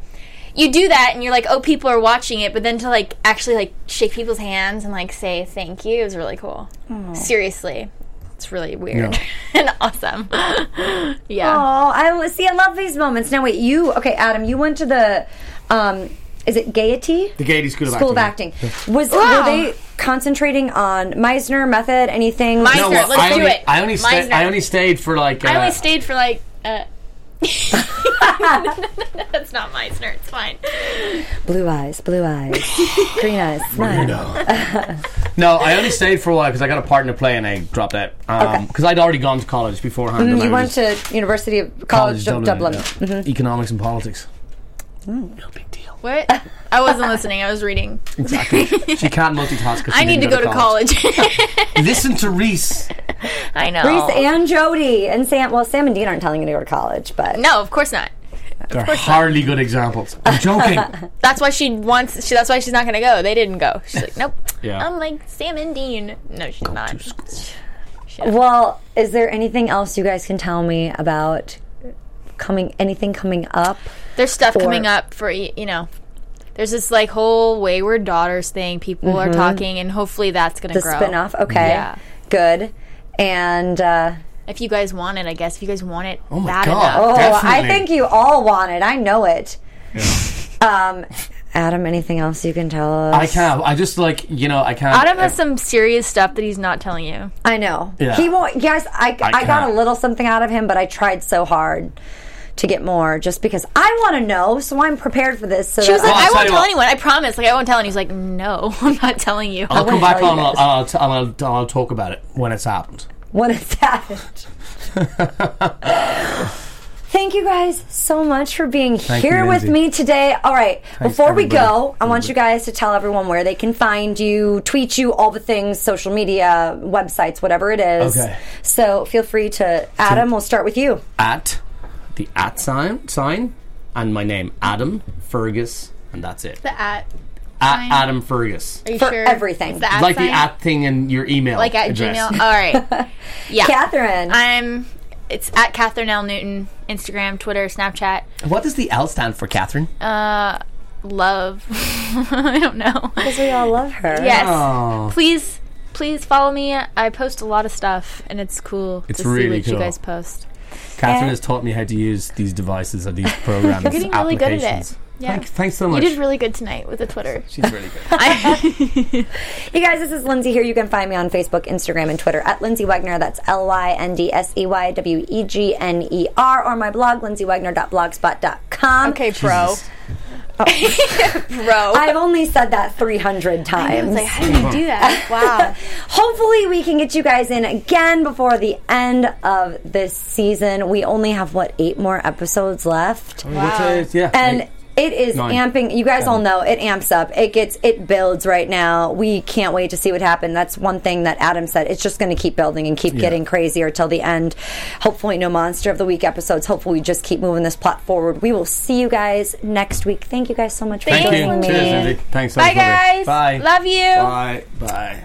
Speaker 4: You do that and you're like, "Oh, people are watching it," but then to like actually like shake people's hands and like say thank you is really cool. Seriously. It's really weird
Speaker 3: Yeah.
Speaker 4: and awesome. yeah.
Speaker 1: Oh, I lo- see. I love these moments. Now, wait, you okay, Adam? You went to the, um, is it Gaiety?
Speaker 3: The Gaiety School of
Speaker 1: School
Speaker 3: Acting.
Speaker 1: of Acting. Was were
Speaker 4: Wow.
Speaker 1: they concentrating on Meisner method? Anything?
Speaker 4: Meisner. Meisner, let's
Speaker 3: I
Speaker 4: do
Speaker 3: only,
Speaker 4: it.
Speaker 3: I only, sta-
Speaker 4: Meisner.
Speaker 3: I only stayed for like. Uh,
Speaker 4: I only stayed for like uh That's not Meisner. It's fine.
Speaker 1: Blue eyes, blue eyes, green eyes, smile.
Speaker 3: no, I only stayed for a while because I got a part in a play and I dropped out because
Speaker 1: Okay. Mm,
Speaker 3: I'd already gone to college beforehand. and I
Speaker 1: You
Speaker 3: was
Speaker 1: went
Speaker 3: just-
Speaker 1: to University of College, of Dublin. Mm-hmm. Mm,
Speaker 3: yeah. Economics and politics. No big deal.
Speaker 4: What? I wasn't listening. I was reading.
Speaker 3: Exactly. she can't multitask. 'cause she
Speaker 4: I need to
Speaker 3: didn't
Speaker 4: go to college.
Speaker 3: Listen to Reese.
Speaker 4: I know.
Speaker 1: Reese and Jody and Sam. Well, Sam and Dean aren't telling you to go to college, but
Speaker 4: No, of course not.
Speaker 3: They're hardly good examples. I'm joking.
Speaker 4: That's why she wants. She, that's why she's not going to go. They didn't go. She's like, nope.
Speaker 3: Yeah.
Speaker 4: I'm like Sam and Dean. No, she's not.
Speaker 1: Well, is there anything else you guys can tell me about coming? Anything coming up?
Speaker 4: There's stuff
Speaker 1: Or-
Speaker 4: coming up for y- you know. There's this like whole wayward daughters thing. People are talking, and hopefully that's going to
Speaker 1: The
Speaker 4: grow.
Speaker 1: spinoff? Okay,
Speaker 4: Yeah.
Speaker 1: good. And uh,
Speaker 4: If you guys want it, I guess. If you guys want it,
Speaker 3: Oh my
Speaker 4: bad
Speaker 3: God.
Speaker 4: enough.
Speaker 1: oh, I
Speaker 3: Definitely.
Speaker 1: think you all want it. I know it. Um, Adam, anything else you can tell us?
Speaker 3: I can't. I just like you know. I can't.
Speaker 4: Adam has some serious stuff that he's not telling you.
Speaker 1: I know.
Speaker 3: Yeah.
Speaker 1: He won't. Yes, I, I, got a
Speaker 3: can't.
Speaker 1: little something out of him, but I tried so hard to get more just because I want to know, so I'm prepared for this. So
Speaker 4: She was
Speaker 1: that
Speaker 4: like,
Speaker 3: I'll
Speaker 4: I
Speaker 3: tell
Speaker 4: won't
Speaker 3: you
Speaker 4: tell
Speaker 3: what.
Speaker 4: anyone. I promise. Like I won't tell. And he's like, No, I'm not telling you.
Speaker 3: I'll come
Speaker 1: wouldn't
Speaker 3: back
Speaker 1: tell
Speaker 3: on.
Speaker 1: you
Speaker 3: I'll,
Speaker 1: guys.
Speaker 3: I'll, t- I'll, I'll, I'll talk about it when it's happened.
Speaker 1: when it's happened. Thank you guys so much for being
Speaker 3: you,
Speaker 1: here with
Speaker 3: Lindsay.
Speaker 1: me today. All right, before we go,
Speaker 3: everybody.
Speaker 1: I want you guys to tell everyone where they can find you, tweet you, all the things, social media, websites, whatever it is.
Speaker 3: Okay.
Speaker 1: So feel free to, Adam, we'll start with you.
Speaker 3: At the at sign sign and my name Adam Fergus and that's it.
Speaker 4: The at.
Speaker 3: At Adam Fergus.
Speaker 4: Are you
Speaker 1: For
Speaker 4: sure?
Speaker 1: everything.
Speaker 4: It's The at
Speaker 3: like
Speaker 4: sign?
Speaker 3: the at thing in your email.
Speaker 4: Like at
Speaker 3: address.
Speaker 4: Gmail. All right. Yeah.
Speaker 1: Catherine.
Speaker 4: I'm. It's at Catherine L Newton. Instagram, Twitter, Snapchat.
Speaker 3: What does the L stand for, Catherine?
Speaker 4: Uh, love. I don't know.
Speaker 1: we all love her.
Speaker 4: Yes.
Speaker 3: Oh.
Speaker 4: Please, please follow me. I post a lot of stuff, and it's cool
Speaker 3: It's
Speaker 4: to see
Speaker 3: really
Speaker 4: what
Speaker 3: cool.
Speaker 4: you guys post.
Speaker 3: Catherine
Speaker 1: And-
Speaker 3: has taught me how to use these devices and these programs. You're
Speaker 4: getting really good at it. Yeah.
Speaker 3: Thank, thanks so much.
Speaker 4: You did really good tonight with the Twitter.
Speaker 3: She's really good.
Speaker 1: You guys, this is Lindsay here. You can find me on Facebook, Instagram, and Twitter at Lindsay Wagner. That's L Y N D S E Y W E G N E R, or my blog, lindsaywagner.blogspot.com.
Speaker 4: bro. bro.
Speaker 1: I've only said that 300 times.
Speaker 4: like, how do you do that? Wow.
Speaker 1: Hopefully, we can get you guys in again before the end of this season. We only have, what, eight more episodes left?
Speaker 3: yeah.
Speaker 1: and it is
Speaker 3: Nine.
Speaker 1: amping you guys all
Speaker 3: Seven.
Speaker 1: know it amps up it gets it builds right now we can't wait to see what happens that's one thing that adam said it's just going to keep building and keep getting crazier till the end hopefully no monster of the week episodes hopefully we just keep moving this plot forward we will see you guys next week thank you guys so much for
Speaker 3: Thank
Speaker 1: joining
Speaker 3: you.
Speaker 1: me
Speaker 3: Cheers, Lindsay. Thanks so
Speaker 4: Bye,
Speaker 3: much. lovely.
Speaker 4: guys. Love you.
Speaker 3: Bye. Bye.